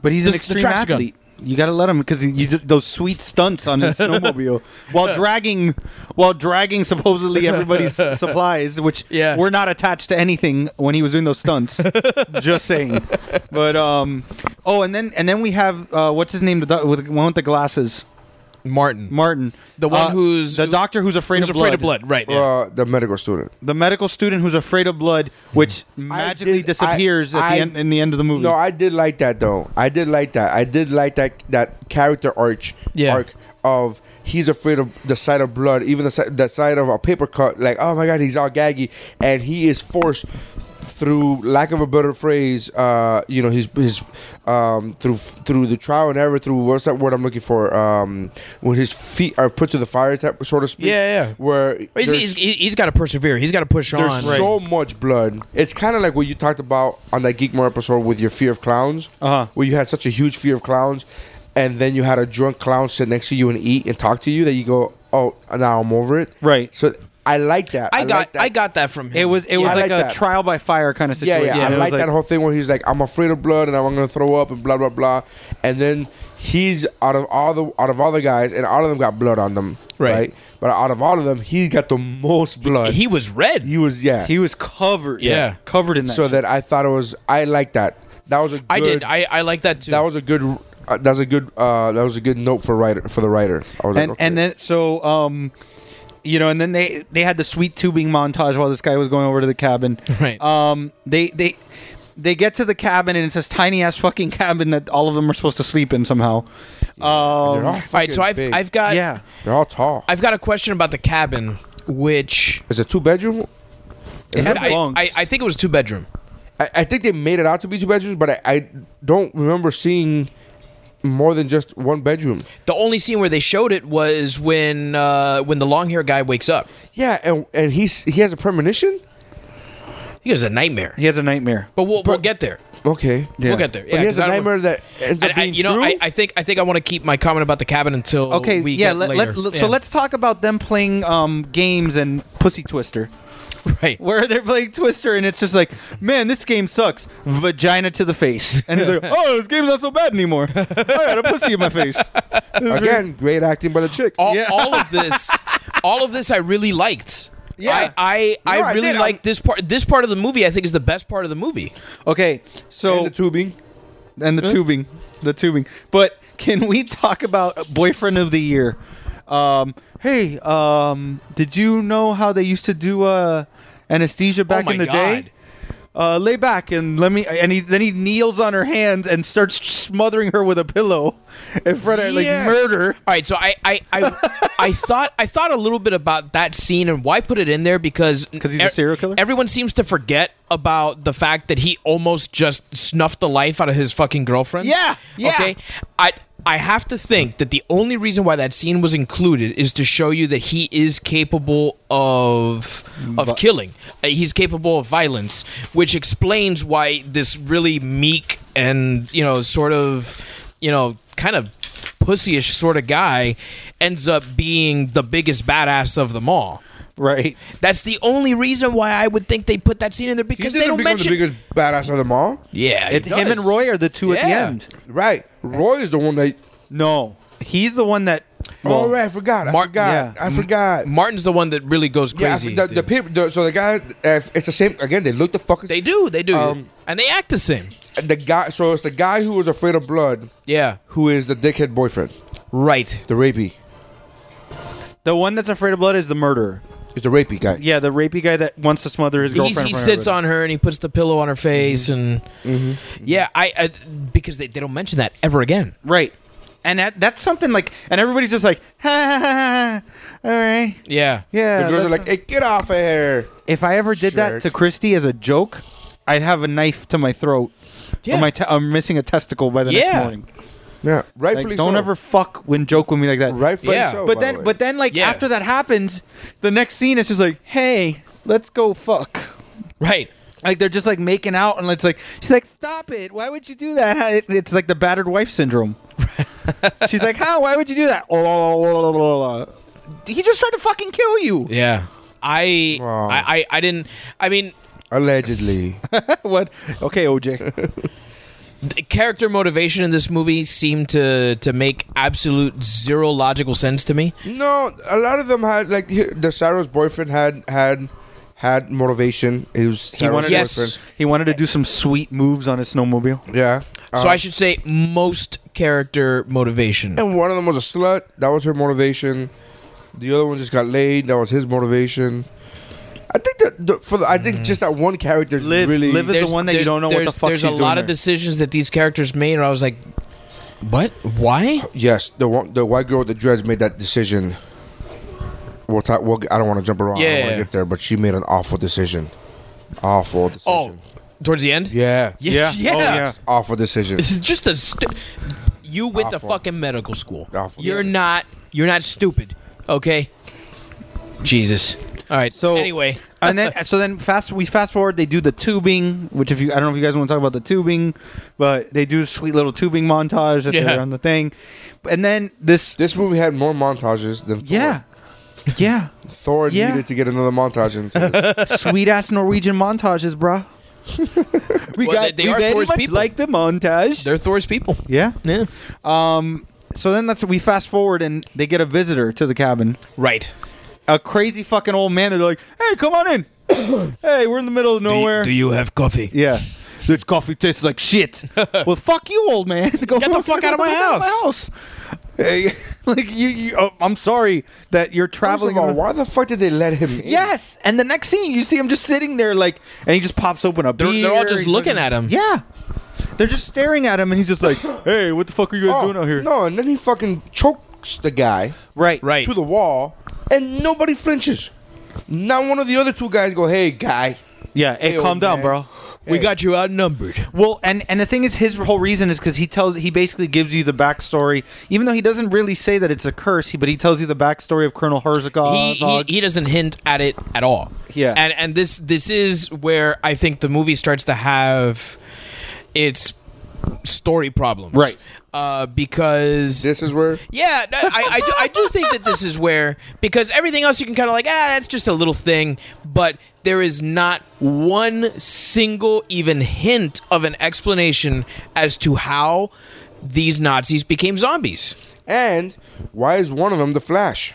S8: But he's
S10: The-
S8: an
S10: the
S8: extreme
S10: tracks are gone.
S8: athlete. You gotta let him because you just, those sweet stunts on
S9: [laughs]
S8: his snowmobile while dragging, while dragging
S9: [laughs]
S8: supposedly everybody's supplies, which
S10: Yeah.
S8: were not attached to anything when he was doing those
S9: [laughs]
S8: stunts. just saying. But um, oh, and then and then we have uh, what's his name with the, with the one with the glasses,
S10: Martin,
S8: Martin,
S10: The one
S8: Uh,
S10: who's-
S8: the doctor who's afraid
S10: who's
S8: of
S10: afraid of blood, right? yeah.
S9: Uh, the medical student.
S8: the medical student who's afraid of blood, which magically
S9: did- I-
S8: disappears at
S9: I-
S8: the end in the end of the movie.
S9: No, I did like that though. I did like that. I did like that that character arch
S10: Yeah.
S9: arc of he's afraid of the sight of blood, even the si- the sight of a paper cut. Like, oh my god, he's all gaggy, and he is forced through lack of a better phrase, uh, you know, his his um, through through the trial and error, through what's that word I'm looking for? Um, when his feet are put to the fire, type, sort of speak.
S10: Yeah, yeah.
S9: Where
S10: He's-
S9: there's-
S10: he's- he's got to persevere. He's got to push on.
S9: there's so much blood. It's kind of like what you talked about on that Geekmore episode with your fear of clowns,
S8: Uh-huh.
S9: where you had such a huge fear of clowns, and then you had a drunk clown sit next to you and eat and talk to you that you go, oh, now I'm over it.
S8: Right.
S9: So I like that.
S10: I, got
S9: like that.
S10: I got that from him.
S8: it was it was
S9: I
S8: like,
S9: like
S8: a
S9: that.
S8: trial by fire kind of
S9: Yeah,
S8: situation.
S9: yeah.
S8: It
S9: I
S8: was
S9: like that whole thing where he's like, I'm afraid of blood and I'm gonna throw up and blah blah blah, and then he's out of all the out of all the guys and all of them got blood on them,
S10: Right.
S9: right? But out of all of them, he got the most blood.
S10: he was red.
S9: he was yeah.
S8: He was covered.
S10: Yeah.
S8: covered in that.
S9: so
S8: shit.
S9: that I thought it was I like that. That was a good,
S10: I did. I, I like that too.
S9: that was a good uh, that was a good uh, that was a good note for writer for the writer. I was
S8: and
S9: like, okay.
S8: and then so um, you know, and then they they had the sweet tubing montage while this guy was going over to the
S10: [laughs]
S8: cabin.
S10: Right.
S8: Um. They they. They get to the cabin and it's this tiny ass fucking cabin that all of them are supposed to sleep in somehow.
S9: they're all
S8: Um,
S10: All right,
S9: fucking
S10: so I've
S9: big.
S10: I've got
S8: yeah,
S9: they're all tall.
S10: I've got a question about the cabin, which
S9: Is it two bedroom?
S8: it had
S10: I,
S8: bunks.
S10: I, I think it was two bedroom.
S9: I, I think they made it out to be two bedrooms, but I, I don't remember seeing more than just one bedroom.
S10: The only scene where they showed it was when uh, when the long hair guy wakes up.
S9: Yeah, and and he's he has a premonition.
S10: I think it was a nightmare.
S8: he has a nightmare.
S10: But we'll we'll get there.
S9: Okay,
S8: Yeah.
S10: We'll get there.
S9: but he has
S10: 'cause I
S9: a
S10: don't-
S9: nightmare that ends
S10: And
S9: up
S10: I,
S9: being
S10: you know,
S9: true.
S10: I, I think I think I want to keep my comment about the cabin until
S8: Okay,
S10: We
S8: yeah.
S10: get
S8: Let,
S10: later.
S8: let, let-
S10: yeah.
S8: So let's talk about them playing um, games and Pussy Twister.
S10: [laughs] right.
S8: where they're playing Twister and it's just like, man, this game sucks. Vagina to the face. And it's like,
S10: [laughs]
S8: oh, this game's not so bad anymore. I got a pussy in my face.
S9: Again, great acting by the chick.
S10: all,
S8: Yeah.
S10: all [laughs] of this all of this i really liked
S8: Yeah.
S10: i i,
S9: No,
S10: I
S9: I
S10: really
S9: did.
S10: like
S9: I'm-
S10: this part this part of the movie i think is the best part of the movie
S8: Okay, so
S9: and the tubing.
S8: and the tubing, the tubing. But can we talk about boyfriend of the year? Um, hey, um, did you know how they used to do uh, anesthesia back
S10: oh my
S8: in the
S10: god
S8: day? uh, lay back and let me. And he, then he kneels on her hands and starts smothering her with a pillow in front of her, like
S10: Yes.
S8: murder.
S10: All right, so I I, [laughs] I I thought I thought a little bit about that scene and why put it in there because e-,
S8: 'Cause he's a serial killer?
S10: Everyone seems to forget about the fact that he almost just snuffed the life out of his fucking girlfriend.
S8: Yeah, yeah.
S10: Okay. I I have to think that the only reason why that scene was included is to show you that he is capable of of killing. Uh, He's capable of violence, which explains why this really meek and you know sort of you know kind of pussyish sort of guy ends up being the biggest badass of them all.
S8: Right.
S10: That's the only reason why I would think they put that scene in there
S9: He
S10: because they
S9: doesn't
S10: don't
S9: become
S10: mention.
S9: the biggest badass of them all.
S10: yeah,
S8: It,
S10: he
S8: him and
S10: does.
S8: Roy are the two at the
S10: Yeah.
S8: end.
S9: Right. Roy is the one that.
S8: No, he's the one that. well,
S9: oh, right. I forgot. I
S10: Mark-
S9: forgot.
S8: yeah.
S9: I forgot.
S10: Martin's the one that really goes
S9: Yeah, I
S10: crazy.
S9: forgot. the,
S10: dude.
S9: people. The, so the guy. Uh, it's the same. Again, they look the fuck.
S10: They do, they do,
S9: Um,
S10: and they act the same.
S9: The guy. So it's the guy who was afraid of blood,
S10: Yeah,
S9: who is the dickhead boyfriend,
S10: right.
S9: the rapey.
S8: The one that's afraid of blood is the murderer.
S9: Is the rapey guy.
S8: Yeah, the rapey guy that wants to smother his
S10: He's,
S8: girlfriend.
S10: he
S8: in front of
S10: sits
S8: everybody.
S10: on her and he puts the pillow on her face, and yeah, I, I because they, they don't mention that ever again.
S8: Right. And that, that's something like, and everybody's just like, [laughs] ha ha ha, ha. all right,
S10: Yeah,
S8: yeah.
S9: the girls
S8: that's
S9: are like,
S8: not-
S9: "Hey, get off of here!"
S8: if I ever did that
S9: Jerk.
S8: to Christy as a joke, I'd have a knife to my throat.
S10: Yeah.
S8: Or my te- I'm missing a testicle by the next
S10: Yeah.
S8: morning.
S9: Yeah, rightfully.
S8: Like, don't
S9: so.
S8: ever fuck when joke with me like that.
S9: Rightfully
S10: Yeah.
S9: so.
S8: But
S9: by
S8: then,
S9: the way.
S8: but then, like
S10: Yeah.
S8: after that happens, the next scene is just like, hey, let's go fuck.
S10: right.
S8: Like they're just like making out, and it's like she's like, "Stop it! Why would you do that?" Huh? It- It's like the battered wife [laughs] syndrome. she's like, "How? Why would you do that?" He just tried to fucking kill you.
S10: Yeah, I,
S9: Wow.
S10: I I I didn't. I mean, [laughs]
S9: allegedly,
S8: what? Okay, OJ.
S10: the character motivation in this movie seemed to to make absolute zero logical sense to me.
S9: no. A lot of them had like he- the Sarah's boyfriend had had had motivation. It was
S8: He
S9: Sarah's
S8: wanted,
S10: Yes.
S9: boyfriend.
S8: he wanted to do some sweet moves on his snowmobile.
S9: Yeah.
S10: so
S9: Um,
S10: I should say most character motivation.
S9: And one of them was a slut. That was her motivation. The other one just got laid. That was his motivation. I think that the, for the, I think just that one character is
S8: Mm-hmm. Live-
S9: really
S8: live is- the one that you
S10: there's-
S8: don't know what the
S10: there's-
S8: fuck
S10: There's
S8: she's
S10: a
S8: doing
S10: lot of
S8: there.
S10: decisions that these characters made, and I was like, "What? Why?"
S9: yes. The one the white girl with the dreads made that decision. We'll talk. We'll, I don't want to jump around. I don't want
S10: Yeah.
S9: to get there, but she made an awful decision. Awful decision.
S10: Oh, towards the end.
S9: yeah.
S10: yeah, yeah.
S8: Oh, yeah.
S9: Awful decision.
S10: This is just a. St- you went to
S9: Awful.
S10: fucking medical school.
S9: Awful.
S10: You're
S9: Yeah.
S10: not. You're not stupid. Okay. Jesus. All right.
S8: So
S10: So anyway,
S8: and then so then fast we fast forward. They do the tubing, which if you I don't know if you guys want to talk about the tubing, but they do a sweet little tubing montage that
S10: Yeah.
S8: they're on the thing, and then this.
S9: This movie had more montages than Thor.
S8: Yeah. Yeah.
S9: Thor
S8: Yeah.
S9: needed to get another montage into
S8: [laughs]
S9: this.
S8: sweet ass Norwegian montages, bruh. we
S10: Well,
S8: got
S10: they-
S8: they,
S10: they are
S8: very
S10: Thor's
S8: much
S10: people.
S8: like the montage.
S10: they're Thor's people.
S8: yeah.
S10: Yeah.
S8: Um. So then that's we fast forward and they get a visitor to the cabin,
S10: Right.
S8: a crazy fucking old man. They're like, "Hey, come on in. [coughs] hey, we're in the middle of nowhere.
S10: you have coffee?
S8: yeah." This coffee tastes like shit.
S10: [laughs]
S8: well, fuck you, old man. [laughs] Go
S10: Get the fuck out of my
S8: house. Hey, [laughs] like you, you oh, I'm sorry that you're
S9: First
S8: traveling.
S9: of all,
S8: around-
S9: why the fuck did they let him in?
S8: Yes, and the next scene you see him just sitting there like, and he just pops open a
S10: They're,
S8: beer.
S10: they're all just
S8: he's
S10: looking at
S9: Mm-hmm.
S10: him.
S8: Yeah, they're just staring at him, and he's just
S9: [coughs]
S8: like, "Hey, what the fuck are you guys
S9: Oh,
S8: doing out here?"
S9: No, and then he fucking chokes the guy
S8: Right,
S10: Right.
S9: to the wall, and nobody flinches. Not one of the other two guys go, "Hey, guy."
S8: Yeah, hey,
S9: Hey,
S8: calm
S9: old
S8: down,
S9: man.
S8: bro.
S10: We got you outnumbered.
S8: Well, and and the thing is, his whole reason is because he tells he basically gives you the backstory, even though he doesn't really say that it's a curse, he, but he tells you the backstory of Colonel Herzog.
S10: he, he, he doesn't hint at it at all.
S8: Uh, Yeah.
S10: and and this this is where I think the movie starts to have its story problems,
S8: Right.
S10: Uh, because
S9: This is where
S10: yeah, no, I, I, do, I do think that this is where because everything else you can kind of like ah that's just a little thing, but there is not one single even hint of an explanation as to how these Nazis became zombies.
S9: and why is one of them the
S10: [laughs]
S9: Flash?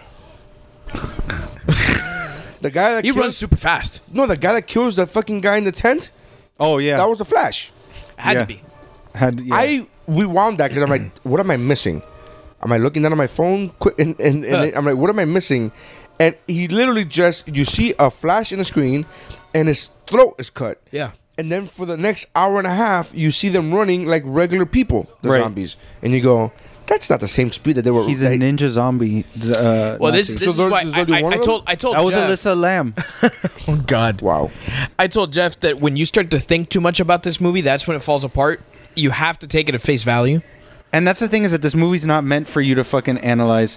S9: the guy that
S10: He
S9: kills,
S10: runs super fast.
S9: no, the guy that kills the fucking guy in the tent.
S8: oh yeah,
S9: That was the Flash.
S10: Had
S8: Yeah.
S10: to be.
S8: Had- yeah.
S9: I rewound that because I'm like, [clears throat] what am I missing? Am I looking down at my phone? [laughs] Quick, and, and, and I'm like, what am I missing? And he literally just you see a flash in the screen, and his throat is cut.
S10: Yeah.
S9: And then for the next hour and a half, you see them running like regular people, the
S8: Right.
S9: zombies, and you go, "That's not the same speed that they were."
S8: He's a
S9: like,
S8: ninja zombie. z- Uh,
S10: Well, this,
S8: Nazi.
S10: this
S9: there-
S10: is why
S9: there's
S10: I,
S9: only
S10: I,
S9: one
S10: I
S9: of them?
S10: told I told
S8: that was
S10: Jeff,
S8: Alyssa
S10: [laughs]
S8: Lamb.
S10: Oh God!
S9: wow.
S10: I told Jeff that when you start to think too much about this movie, that's when it falls apart. You have to take it at face value.
S8: And that's the thing is that this movie's not meant for you to fucking analyze.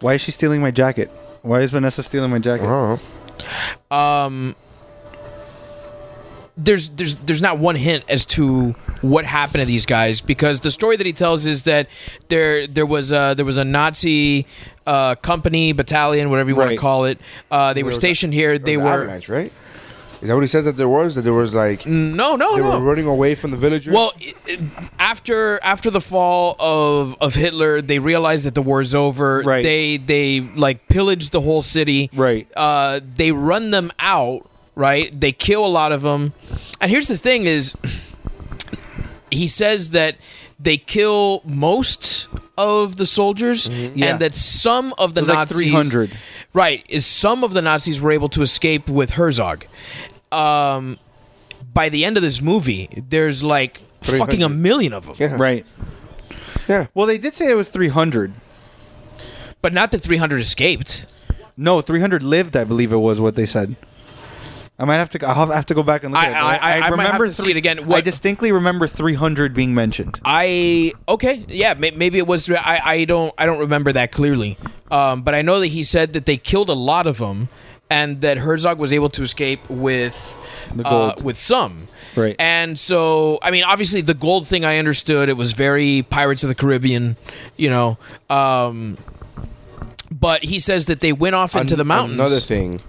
S8: Why is she stealing my jacket? Why is Vanessa stealing my jacket?
S9: Oh,
S10: there's there's there's not one hint as to what happened to these guys because the story that he tells is that there there was a, there was a Nazi uh, company battalion whatever you want to
S8: Right.
S10: call it uh, they were
S9: was a-
S10: stationed here
S9: The
S10: they were
S9: avalanche, right? Is that what he says that there was? That there was like they
S10: no no
S9: were
S10: Mm. Oh, no
S9: running away from the villagers.
S10: well i- i- after after the fall of of Hitler they realized that the war's over
S8: Right.
S10: they they like pillaged the whole city
S8: Right.
S10: uh, they run them out right they kill a lot of them and here's the thing is he says that they kill most of the soldiers
S8: Mm-hmm. Yeah.
S10: and that some of the
S8: was like
S10: Nazis
S8: 300.
S10: right is some of the Nazis were able to escape with Herzog um by the end of this movie there's like fucking
S9: 300.
S10: a million of them
S9: yeah,
S8: Right.
S9: Yeah.
S8: Well, they did say it was 300.
S10: but not that 300 escaped
S8: No, 300 lived. I believe it was what they said. I might have to. I'll have to go back and look
S10: I-
S8: at it.
S10: I-
S8: but
S10: I- I might have to see it again.
S8: I
S10: What-
S8: distinctly remember 300 being mentioned.
S10: I okay, yeah, may, maybe it was. I I don't I don't remember that clearly, um, but I know that he said that they killed a lot of them, and that Herzog was able to escape with
S8: The
S10: uh,
S8: gold.
S10: with some.
S8: Right.
S10: And so, I mean, obviously, the gold thing I understood. It was very Pirates of the Caribbean, you know. Um, but he says that they went off into
S9: An-
S10: the mountains.
S9: Another thing,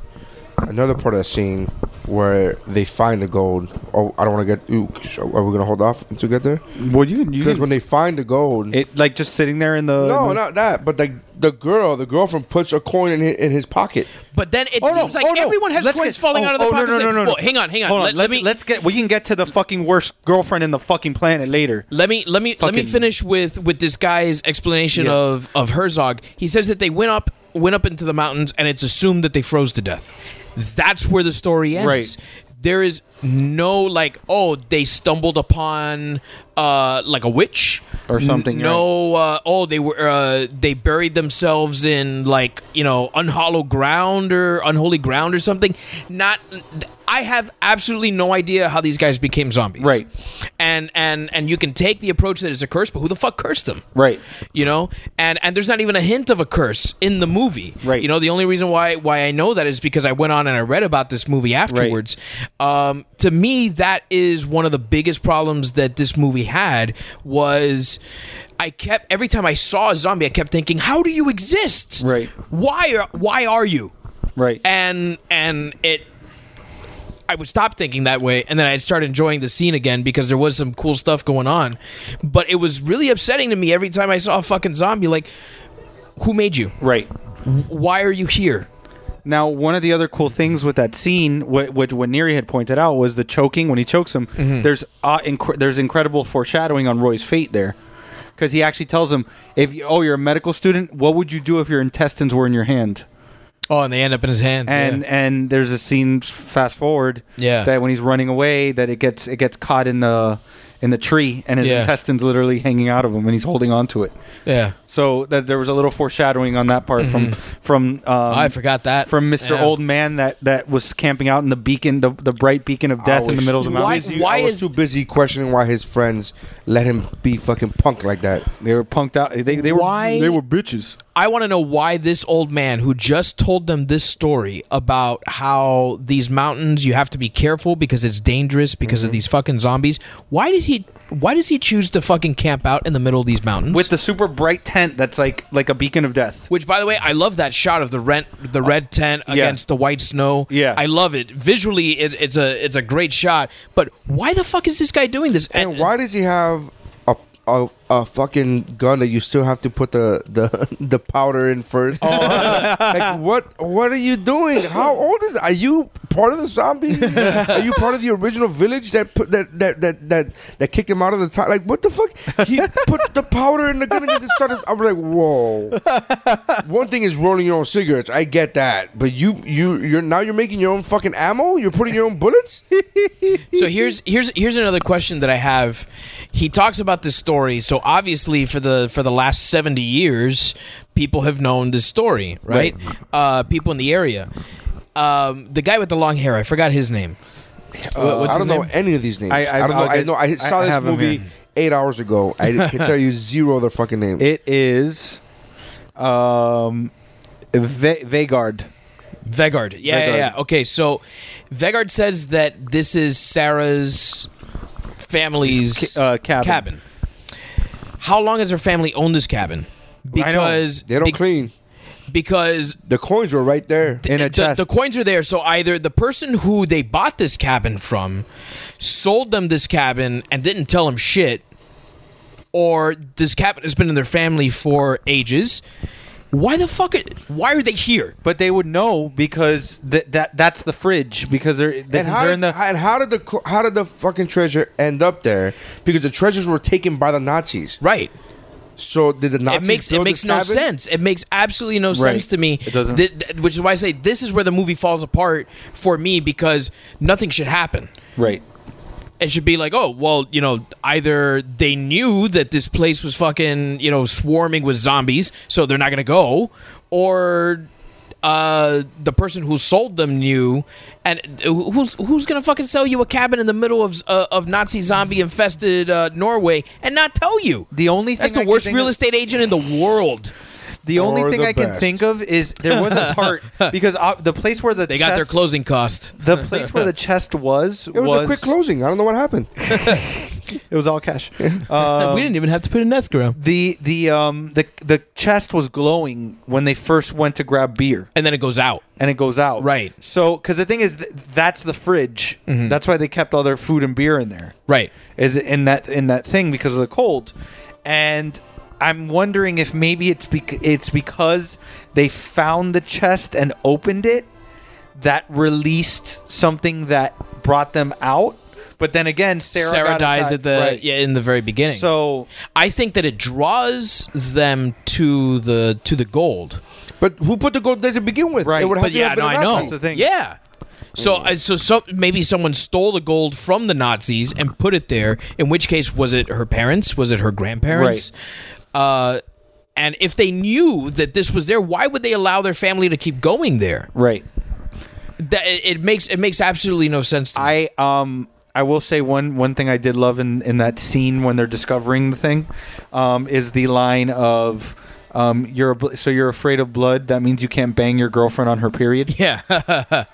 S9: another part of the scene where they find the gold. Oh, I don't want to get. Ooh, sh- are we gonna hold off until we get there?
S10: Mm-hmm.
S8: Well, you you
S9: Because when they find the gold,
S8: it like just sitting there in the
S9: no, not that. But the the girl, the girlfriend puts a coin in his, in his pocket.
S10: But then it
S8: Oh, no.
S10: seems like
S8: Oh, no.
S10: everyone has
S8: Let's
S10: coins
S8: get-
S10: falling
S8: oh,
S10: out of their
S8: oh,
S10: pockets.
S8: No, no, no, no, no.
S10: Well, hang on, hang on.
S8: Hold on.
S10: Let,
S8: let's,
S10: let me
S8: let's get. We can get to the fucking worst girlfriend in the fucking planet later.
S10: Let me let me let
S8: Fucking-
S10: me finish with with this guy's explanation
S8: Yeah.
S10: of of Herzog. He says that they went up went up into the mountains and it's assumed that they froze to death. That's where the story ends.
S8: Right.
S10: There is no like oh they stumbled upon uh like a witch
S8: Or something,
S10: No uh, oh they were uh, they buried themselves in like you know unhollow ground or unholy ground or something. Not I have absolutely no idea how these guys became zombies
S8: Right.
S10: and and and you can take the approach that it's a curse but who the fuck cursed them
S8: Right.
S10: you know and and there's not even a hint of a curse in the movie
S8: Right.
S10: you know the only reason why why i know that is because i went on and i read about this movie afterwards um to me that is one of the biggest problems that this movie had was I kept every time I saw a zombie, I kept thinking, "How do you exist?
S8: Right.
S10: Why? Are, why are you?
S8: Right.
S10: and and it I would stop thinking that way and then I'd start enjoying the scene again because there was some cool stuff going on. But it was really upsetting to me every time I saw a fucking zombie like who made you?
S8: right.
S10: Why are you here?
S8: Now, one of the other cool things with that scene, what what, what Neri had pointed out, was the choking when he chokes him.
S10: Mm-hmm.
S8: There's uh, inc- there's incredible foreshadowing on Roy's fate there, because he actually tells him, "If you, oh, you're a medical student, what would you do if your intestines were in your hand?"
S10: Oh, and they end up in his hands.
S8: and
S10: yeah.
S8: and there's a scene fast forward
S10: Yeah.
S8: that when he's running away that it gets it gets caught in the in the tree and his
S10: Yeah.
S8: intestines literally hanging out of him and he's holding on to it
S10: yeah.
S8: so that there was a little foreshadowing on that part from from um,
S10: Mm-hmm. I forgot that.
S8: from Mr.
S10: Yeah.
S8: Old Man that that was camping out in the beacon the, the bright beacon of death in the middle of the
S9: why,
S8: mountain
S9: Busy,
S10: why
S9: I was
S10: is-
S9: too busy questioning why his friends let him be fucking punk like that?
S8: they were punked out they, they were
S10: Why-
S8: they were bitches
S10: I want to know why this old man who just told them this story about how these mountains you have to be careful because it's dangerous because
S8: Mm-hmm.
S10: of these fucking zombies. Why did he why does he choose to fucking camp out in the middle of these mountains?
S8: with the super bright tent that's like like a beacon of death
S10: Which, by the way, I love that shot of the rent, the red tent against the white snow.
S8: Uh, Yeah.
S10: I love it visually. It, it's a it's a great shot. But why the fuck is this guy doing this?
S9: And why does he have a, a a fucking gun that you still have to put the the, [laughs] the powder in first. [laughs] like what what are you doing? How old is are you part of the zombie? are you part of the original village that put that that that that, that kicked him out of the top? Like what the fuck? He put the powder in the gun and it started. I was like, whoa. One thing is rolling your own cigarettes. I get that, but you you you're now you're making your own fucking ammo. You're putting your own bullets.
S10: So here's here's here's another question that I have. He talks about this story. So obviously for the for the last 70 years, people have known this story, right? Uh, people in the area. Um, the guy with the long hair, I forgot his name. What- what's
S9: I
S10: his
S9: don't know
S10: name?
S9: any of these names. I,
S8: I- I-
S9: don't know.
S8: I'll
S9: I
S8: get-
S9: know. I saw
S8: I- I
S9: this
S8: have 'em
S9: movie
S8: here.
S9: eight hours ago. I can tell you zero of their fucking names.
S8: It is um Ve- Vagard.
S10: Vegard. Yeah, yeah,
S8: Vegard.
S10: yeah. Okay, so Vegard says that this is Sarah's family's
S8: Ca- uh, cabin.
S10: How long has her family owned this cabin? Because
S9: they don't
S10: be-
S9: clean.
S10: Because
S9: The coins were right there.
S8: In a
S10: the,
S8: chest.
S10: the coins are there. So either the person who they bought this cabin from sold them this cabin and didn't tell them shit, or this cabin has been in their family for ages. Why the fuck? Are, why are they here?
S8: but they would know because that that that's the fridge because they're, this
S9: And
S8: is,
S9: how,
S8: they're
S9: did,
S8: in the
S9: and how did the co- how did the fucking treasure end up there? Because the treasures were taken by the Nazis.
S10: Right.
S9: So did the
S10: It
S9: Nazis?
S10: makes it
S9: build
S10: makes
S9: this
S10: no
S9: cabin?
S10: sense. It makes absolutely no
S8: Right.
S10: sense to me.
S8: It doesn't-
S10: Th- th- which is why I say this is where the movie falls apart for me because nothing should happen.
S8: right.
S10: it should be like, oh, well, you know, either they knew that this place was fucking, you know, swarming with zombies, so they're not gonna go, or uh, the person who sold them knew, and who's who's gonna fucking sell you a cabin in the middle of uh, of Nazi zombie infested uh, Norway and not tell you?
S8: The only thing
S10: that's the
S8: I can
S10: worst
S8: think
S10: real
S8: of-
S10: estate agent in the world.
S8: The
S9: Or
S8: only thing
S9: the
S8: I can
S9: best.
S8: think of is there was a
S10: [laughs]
S8: part because uh, the place where the
S10: They got their
S8: chest-
S10: closing cost.
S8: the place where the chest was
S9: It was, a quick closing. I don't know what happened.
S8: It was all cash. uh,
S10: we didn't even have to put in escrow.
S8: the the um the the chest was glowing when they first went to grab beer
S10: And then it goes out.
S8: and it goes out.
S10: Right. Mm-hmm.
S8: So cuz the thing is th- that's the fridge. That's why they kept all their food and beer in there.
S10: Right.
S8: Is it in that in that thing because of the cold. And I'm wondering if maybe it's bec- it's because they found the chest and opened it that released something that brought them out. But then again, Sarah,
S10: Sarah,
S8: got
S10: dies
S8: inside-
S10: at the
S8: right.
S10: yeah, in the very beginning.
S8: So
S10: I think that it draws them to the to the gold.
S9: But who put the gold there to begin with?
S8: Right.
S9: It would have
S10: But
S9: to
S10: yeah,
S9: have been
S10: no,
S9: a
S10: I know. Mm.
S9: Nazi.
S8: That's the thing.
S10: Yeah. So, I so, so maybe someone stole the gold from the Nazis and put it there. In which case, was it her parents? Was it her grandparents? Uh, and if they knew that this was there, why would they allow their family to keep going there?
S8: right.
S10: That it, it makes it makes absolutely no sense. To me.
S8: I um I will say one one thing I did love in in that scene when they're discovering the thing, um, is the line of. Um, you're a, so you're afraid of blood. That means you can't bang your girlfriend on her period.
S10: yeah. [laughs]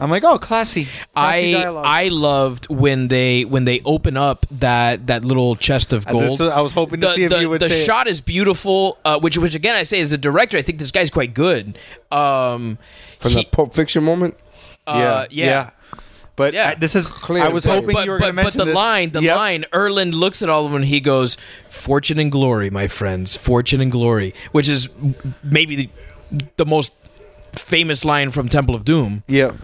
S8: I'm like, oh, classy. classy
S10: I uh,
S8: dialogue.
S10: I loved when they when they open up that that little chest of
S8: Uh, this
S10: gold.
S8: was- I was hoping to
S10: the,
S8: see if
S10: the-
S8: you would
S10: the
S8: say it.
S10: shot is beautiful. Uh, which which again I say as a director, I think this guy's quite good. Um,
S9: From
S10: he-
S9: that Pulp Fiction moment.
S10: uh, yeah.
S8: But
S10: Yeah.
S8: I- this is
S9: Clear
S8: I was
S9: as day.
S8: hoping
S10: But,
S8: you were
S10: but,
S8: going to
S10: but
S8: mention
S10: the
S8: this.
S10: line, the
S8: Yep.
S10: line, Erland looks at all of them and he goes, Fortune and glory, my friends, fortune and glory, which is maybe the, the most famous line from Temple of Doom.
S8: Yep.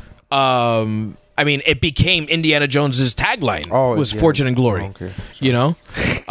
S10: um I mean, it became Indiana Jones's tagline.
S9: Oh,
S10: was
S9: Indiana-
S10: fortune and glory.
S9: okay,
S10: You know,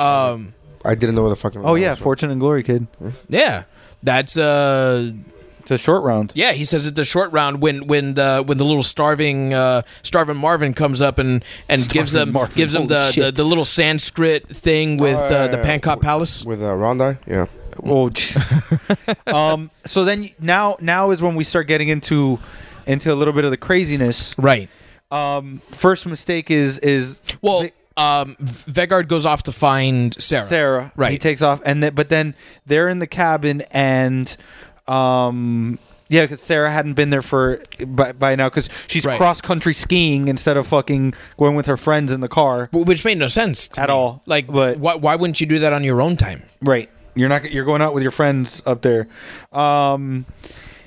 S9: I didn't know where the fucking.
S8: Oh yeah, fortune and glory, kid.
S10: yeah, that's uh,
S8: It's a short
S10: [laughs]
S8: round.
S10: yeah. He says it the short round when when the when the little starving uh, starving Marvin comes up and and gives
S8: Starving
S10: them
S8: Marvin,
S10: gives them
S8: holy
S10: the, the
S8: shit.
S10: the little Sanskrit thing with
S9: Oh, yeah,
S10: uh, the
S9: yeah, yeah.
S10: Pancop Palace.
S9: With uh, Rondai. Yeah.
S8: Oh, jeez. um. So then y- now now is when we start getting into into a little bit of the craziness.
S10: Right.
S8: Um. First mistake is is
S10: Well,
S8: Vic-
S10: um, Vegard goes off to find Sarah.
S8: Sarah.
S10: Right.
S8: He takes off, and then but then they're in the cabin, and um, yeah, because Sarah hadn't been there for by, by now because she's
S10: Right.
S8: cross country skiing instead of fucking going with her friends in the car.
S10: Wh- which made no sense to
S8: At
S10: me.
S8: all,
S10: Like,
S8: but-
S10: why why wouldn't you do that on your own time?
S8: Right. You're not. You're going out with your friends up there, um,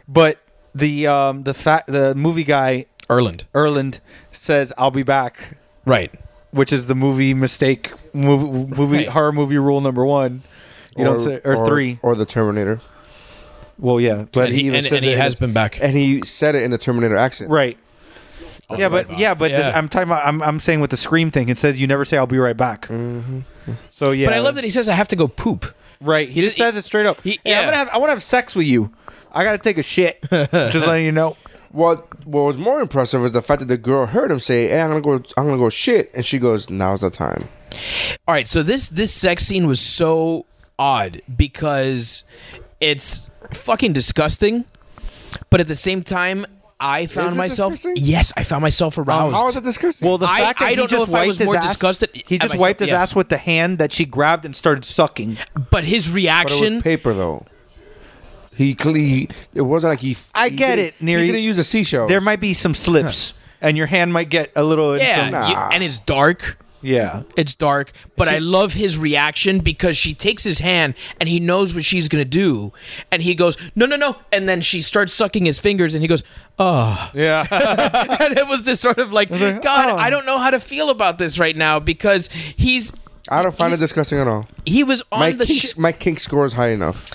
S8: but the um the fa- the movie guy
S10: Erland.
S8: Erland says I'll be back,
S10: Right.
S8: which is the movie mistake movie, movie
S10: Right.
S8: horror movie rule number one. You don't say or, three.
S9: or the Terminator.
S8: well, yeah, but
S10: And he-
S9: even
S10: and-
S9: says
S10: and he
S9: it in
S10: has
S9: his-
S10: been back.
S9: and he said it in the Terminator accent.
S8: right. Yeah, but yeah, but
S10: Yeah.
S8: the- I'm talking about I'm, I'm saying with the scream thing. It says you never say I'll be right back. So yeah,
S10: Mm-hmm. But I love that he says I have to go poop.
S8: Right, he, just
S10: he-
S8: says it straight up.
S10: he-
S8: "Hey, I'm
S10: yeah.
S8: gonna have I want to have sex with you. I gotta take a
S10: [laughs]
S8: shit. just letting you know.
S9: What What was more impressive is the fact that the girl heard him say, "Hey, I'm gonna go. I'm gonna go shit," and she goes, "Now's the time."
S10: All right, so this this sex scene was so odd because it's fucking disgusting, but at the same time, I found
S9: it
S10: myself
S9: disgusting?
S10: yes, I found myself aroused.
S9: How is that disgusting?
S8: Well, the
S10: I-
S8: fact that
S10: I
S8: he
S10: don't know
S8: just
S10: if I
S8: wiped
S10: was
S8: his
S10: more
S8: ass,
S10: disgusted
S8: he
S10: at
S8: just
S10: myself,
S8: wiped his
S10: yes.
S8: ass with the hand that she grabbed and started sucking.
S10: but his
S9: but it
S10: reaction,
S9: was paper though. He clean. It wasn't like he.
S8: I
S9: he
S8: get
S9: didn't-
S8: it, Neri.
S9: He didn't use a seashell.
S8: There might be some
S10: [laughs]
S8: slips, and your hand might get a little. in
S10: yeah,
S8: some-
S10: you- and it's dark.
S8: yeah.
S10: It's dark, but I love his reaction because she takes his hand and he knows what she's gonna do, and he goes, "No, no, no!" And then she starts sucking his fingers, and he goes, "Oh, yeah." [laughs] and it was this sort of like, "God,
S8: "Oh."
S10: I don't know how to feel about this right now because he's
S9: I don't find it
S10: he's-
S9: disgusting at all.
S10: he was on
S9: My
S10: the
S9: kink,
S10: sh-
S9: my kink score is high enough.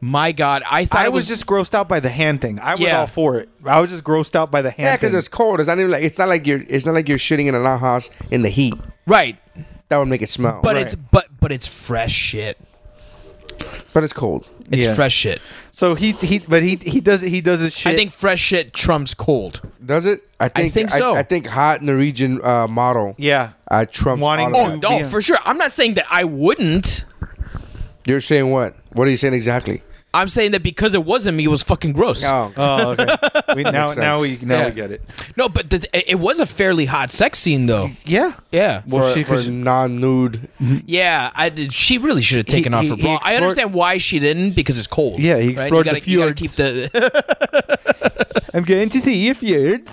S10: my God, I thought
S8: [laughs] I
S10: it
S8: was just grossed out by the hand thing. I was
S10: Yeah.
S8: all for it. I was just grossed out by the hand.
S9: Yeah, because
S8: thing.
S9: it's cold. It's not even like it's not like you're it's not like you're shitting in a hot house in the heat.
S10: right,
S9: That would make it smell.
S10: but it's but but it's fresh shit.
S9: but it's cold.
S10: It's
S8: Yeah.
S10: fresh shit.
S8: so he he but he he does he does his shit.
S10: I think fresh shit trumps cold.
S9: Does it? I think,
S10: think so.
S9: I, think hot Norwegian uh, model.
S8: Yeah.
S9: Uh, Trump.
S8: Wanting-
S9: Wanting.
S10: Oh,
S8: Yeah.
S10: oh, for sure. I'm not saying that I wouldn't.
S9: You're saying what? What are you saying exactly?
S10: I'm saying that because it wasn't me, it was fucking gross.
S9: Oh,
S8: Oh, okay. We, [laughs] now
S9: sense.
S8: now we now
S10: Yeah.
S8: we get it.
S10: No, but the, it was a fairly hot sex scene, though.
S8: Yeah.
S10: Yeah,
S8: Well,
S9: for,
S8: she,
S9: for
S8: she-
S9: non-nude.
S10: yeah. I did, she really should have taken
S8: He-
S10: off
S8: he-
S10: her
S8: he
S10: bra. I
S8: explored-
S10: understand why she didn't because it's cold.
S8: Yeah, he
S10: You
S8: explored
S10: gotta,
S8: the
S10: you gotta keep
S8: fjords.
S10: the. [laughs]
S8: I'm going to see if you.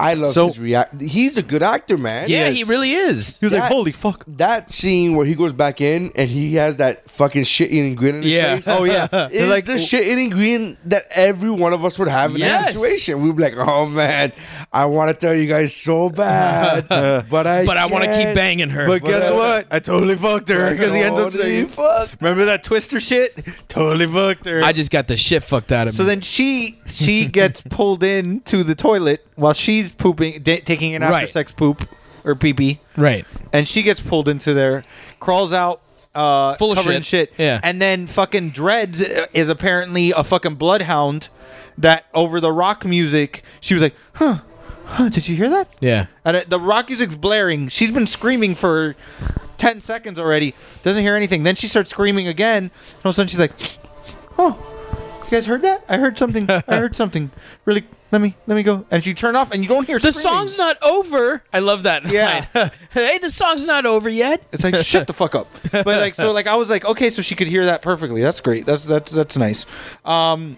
S9: I love
S8: So-
S9: his react. He's a good actor, man.
S10: yeah, he really is.
S8: He was like,
S9: That-
S8: "Holy fuck!"
S9: That scene where he goes back in and he has that fucking shit eating grin in his
S10: Yeah. [laughs]
S9: face.
S8: Oh yeah.
S9: [laughs] It's like
S8: like
S9: the shit eating grin that every one of us would have in
S10: Yes.
S9: that situation. We'd be like, oh man, I want to tell you guys so bad,
S10: [laughs]
S9: but I
S10: But I want to keep
S9: can't.
S10: banging her.
S8: But guess what? I totally fucked her
S10: [laughs]
S8: because he ends up
S9: Totally
S8: saying,
S9: fucked.
S8: "Remember that Twister shit? Totally fucked her."
S10: I just got the shit fucked out of
S8: so
S10: me.
S8: then she [laughs] she gets pulled in to the toilet while she's pooping, da taking an after
S10: Right.
S8: sex poop or pee pee,
S10: right.
S8: and she gets pulled into there, crawls out. Uh,
S10: Full of
S8: covered
S10: shit.
S8: in shit.
S10: Yeah.
S8: And then fucking Dreads uh, is apparently a fucking bloodhound that over the rock music, she was like, huh, huh, did you hear that?
S10: Yeah.
S8: And uh, the rock music's blaring. She's been screaming for 10 seconds already. Doesn't hear anything. Then she starts screaming again. And all of a sudden she's like, "Oh, you guys heard that? I heard something. I
S10: [laughs]
S8: heard something. Really, let me let me go." And she turned off and you don't hear
S10: The
S8: screaming.
S10: song's not over. I love that. [laughs]
S8: Yeah.
S10: line. hey, the song's not over yet.
S8: It's like shut the fuck up. [laughs] But like so like I was like, "Okay, so she could hear that perfectly. That's great. That's that's that's nice." Um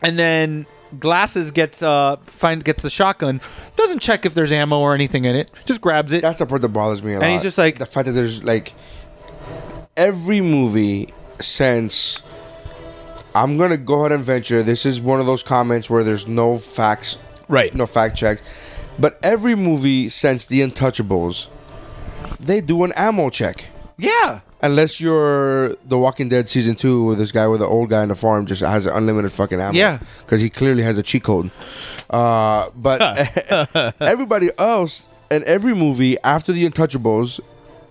S8: and then Glasses gets uh find gets the shotgun. Doesn't check if there's ammo or anything in it. Just grabs it.
S9: That's the part that bothers me a lot.
S8: he's just like-
S9: the fact that there's like every movie since. I'm gonna go ahead and venture. This is one of those comments where there's no facts,
S10: Right.
S9: no fact checks. But every movie since The Untouchables, they do an ammo check.
S8: yeah.
S9: Unless you're The Walking Dead season two, where this guy with the old guy in the farm just has unlimited fucking ammo.
S8: Yeah.
S9: because he clearly has a cheat code. Uh, but [laughs] everybody else in every movie after The Untouchables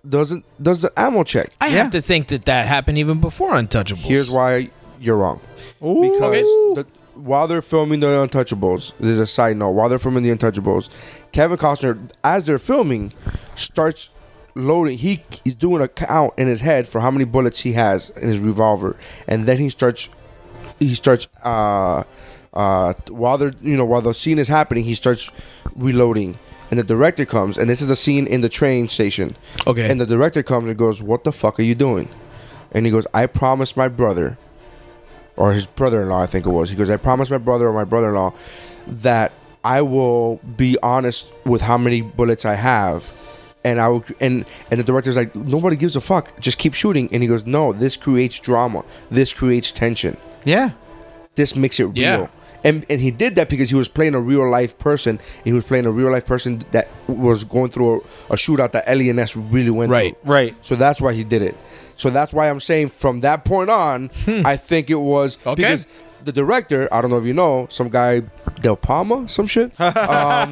S9: doesn't does the ammo check.
S10: I
S8: Yeah.
S10: have to think that that happened even before Untouchables.
S9: Here's why you're wrong. Because the, while they're filming The Untouchables, there's a side note. While they're filming The Untouchables, Kevin Costner, as they're filming, starts loading. He he's doing a count in his head for how many bullets he has in his revolver, and then he starts he starts uh uh while they're you know while the scene is happening, he starts reloading. And the director comes, and this is a scene in the train station.
S10: Okay.
S9: And the director comes and goes, "What the fuck are you doing?" And he goes, "I promised my brother or his brother-in-law, I think it was. He goes, "I promised my brother or my brother-in-law that I will be honest with how many bullets I have." And I will, and and the director's like, "Nobody gives a fuck. Just keep shooting." And he goes, "No, this creates drama. This creates tension.
S8: Yeah.
S9: This makes it real."
S10: Yeah.
S9: and and he did that because he was playing a real life person, and he was playing a real life person that was going through a, a shootout that Ellie and S really went
S10: Right.
S9: through.
S8: Right.
S9: So that's why he did it. So that's why I'm saying from that point on, I think it was
S10: Hmm. Okay.
S9: because the director, I don't know if you know, some guy Del Palma, some
S10: [laughs]
S9: shit, um,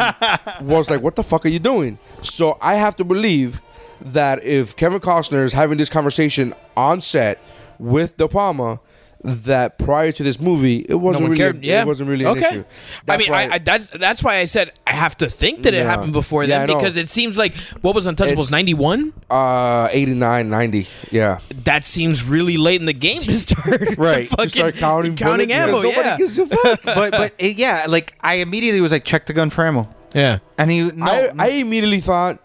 S9: was like, "What the fuck are you doing?" So I have to believe that if Kevin Costner is having this conversation on set with Del Palma, that prior to this movie, it
S10: No
S9: wasn't
S10: one
S9: really,
S10: cared. Yeah,
S9: it wasn't really an
S10: okay.
S9: issue.
S10: I
S9: That's
S10: mean,
S9: why-
S10: I, I, that's that's why I said I have to think that it
S9: Yeah.
S10: happened before
S9: Yeah, I
S10: then
S9: know.
S10: because it seems like what was Untouchables
S9: It's-
S10: ninety one.
S9: uh, 89, 90, yeah.
S10: That seems really late in the game to [laughs] start.
S8: Right. To
S10: fucking,
S9: start counting
S10: counting
S9: bullets,
S10: ammo.
S9: because nobody
S10: Yeah.
S9: gives a
S8: [laughs]
S9: fuck.
S8: but but uh, yeah, like I immediately was like, check the gun for ammo,
S10: yeah.
S8: and he no,
S9: I, I immediately thought,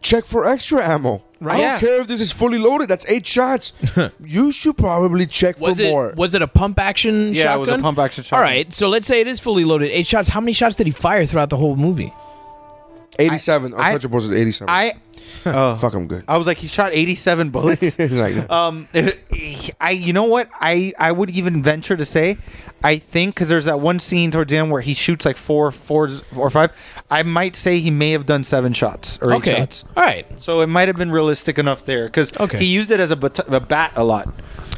S9: check for extra ammo. I
S10: Right.
S9: don't
S10: Yeah.
S9: care if this is fully loaded. That's eight
S8: [laughs]
S9: shots. you should probably check
S10: Was
S9: for
S10: it
S9: more.
S10: was it a pump action
S8: Yeah, it
S10: shotgun?
S8: was a pump action
S10: All
S8: shotgun.
S10: right. So let's say it is fully loaded. Eight shots. How many shots did he fire throughout the whole movie?
S9: 87.
S8: I-
S9: Untouchables is 87.
S8: I oh.
S9: Fuck, I'm good.
S8: I was like, he shot 87 bullets.
S9: [laughs] Like-
S8: um, I, you know what? I, I would even venture to say, I think because there's that one scene towards the end where he shoots like four, four, or five. I might say he may have done seven shots or eight
S10: Okay.
S8: shots.
S10: All right.
S8: So it might have been realistic enough there because
S10: Okay.
S8: he used it as a, bat- a bat a lot.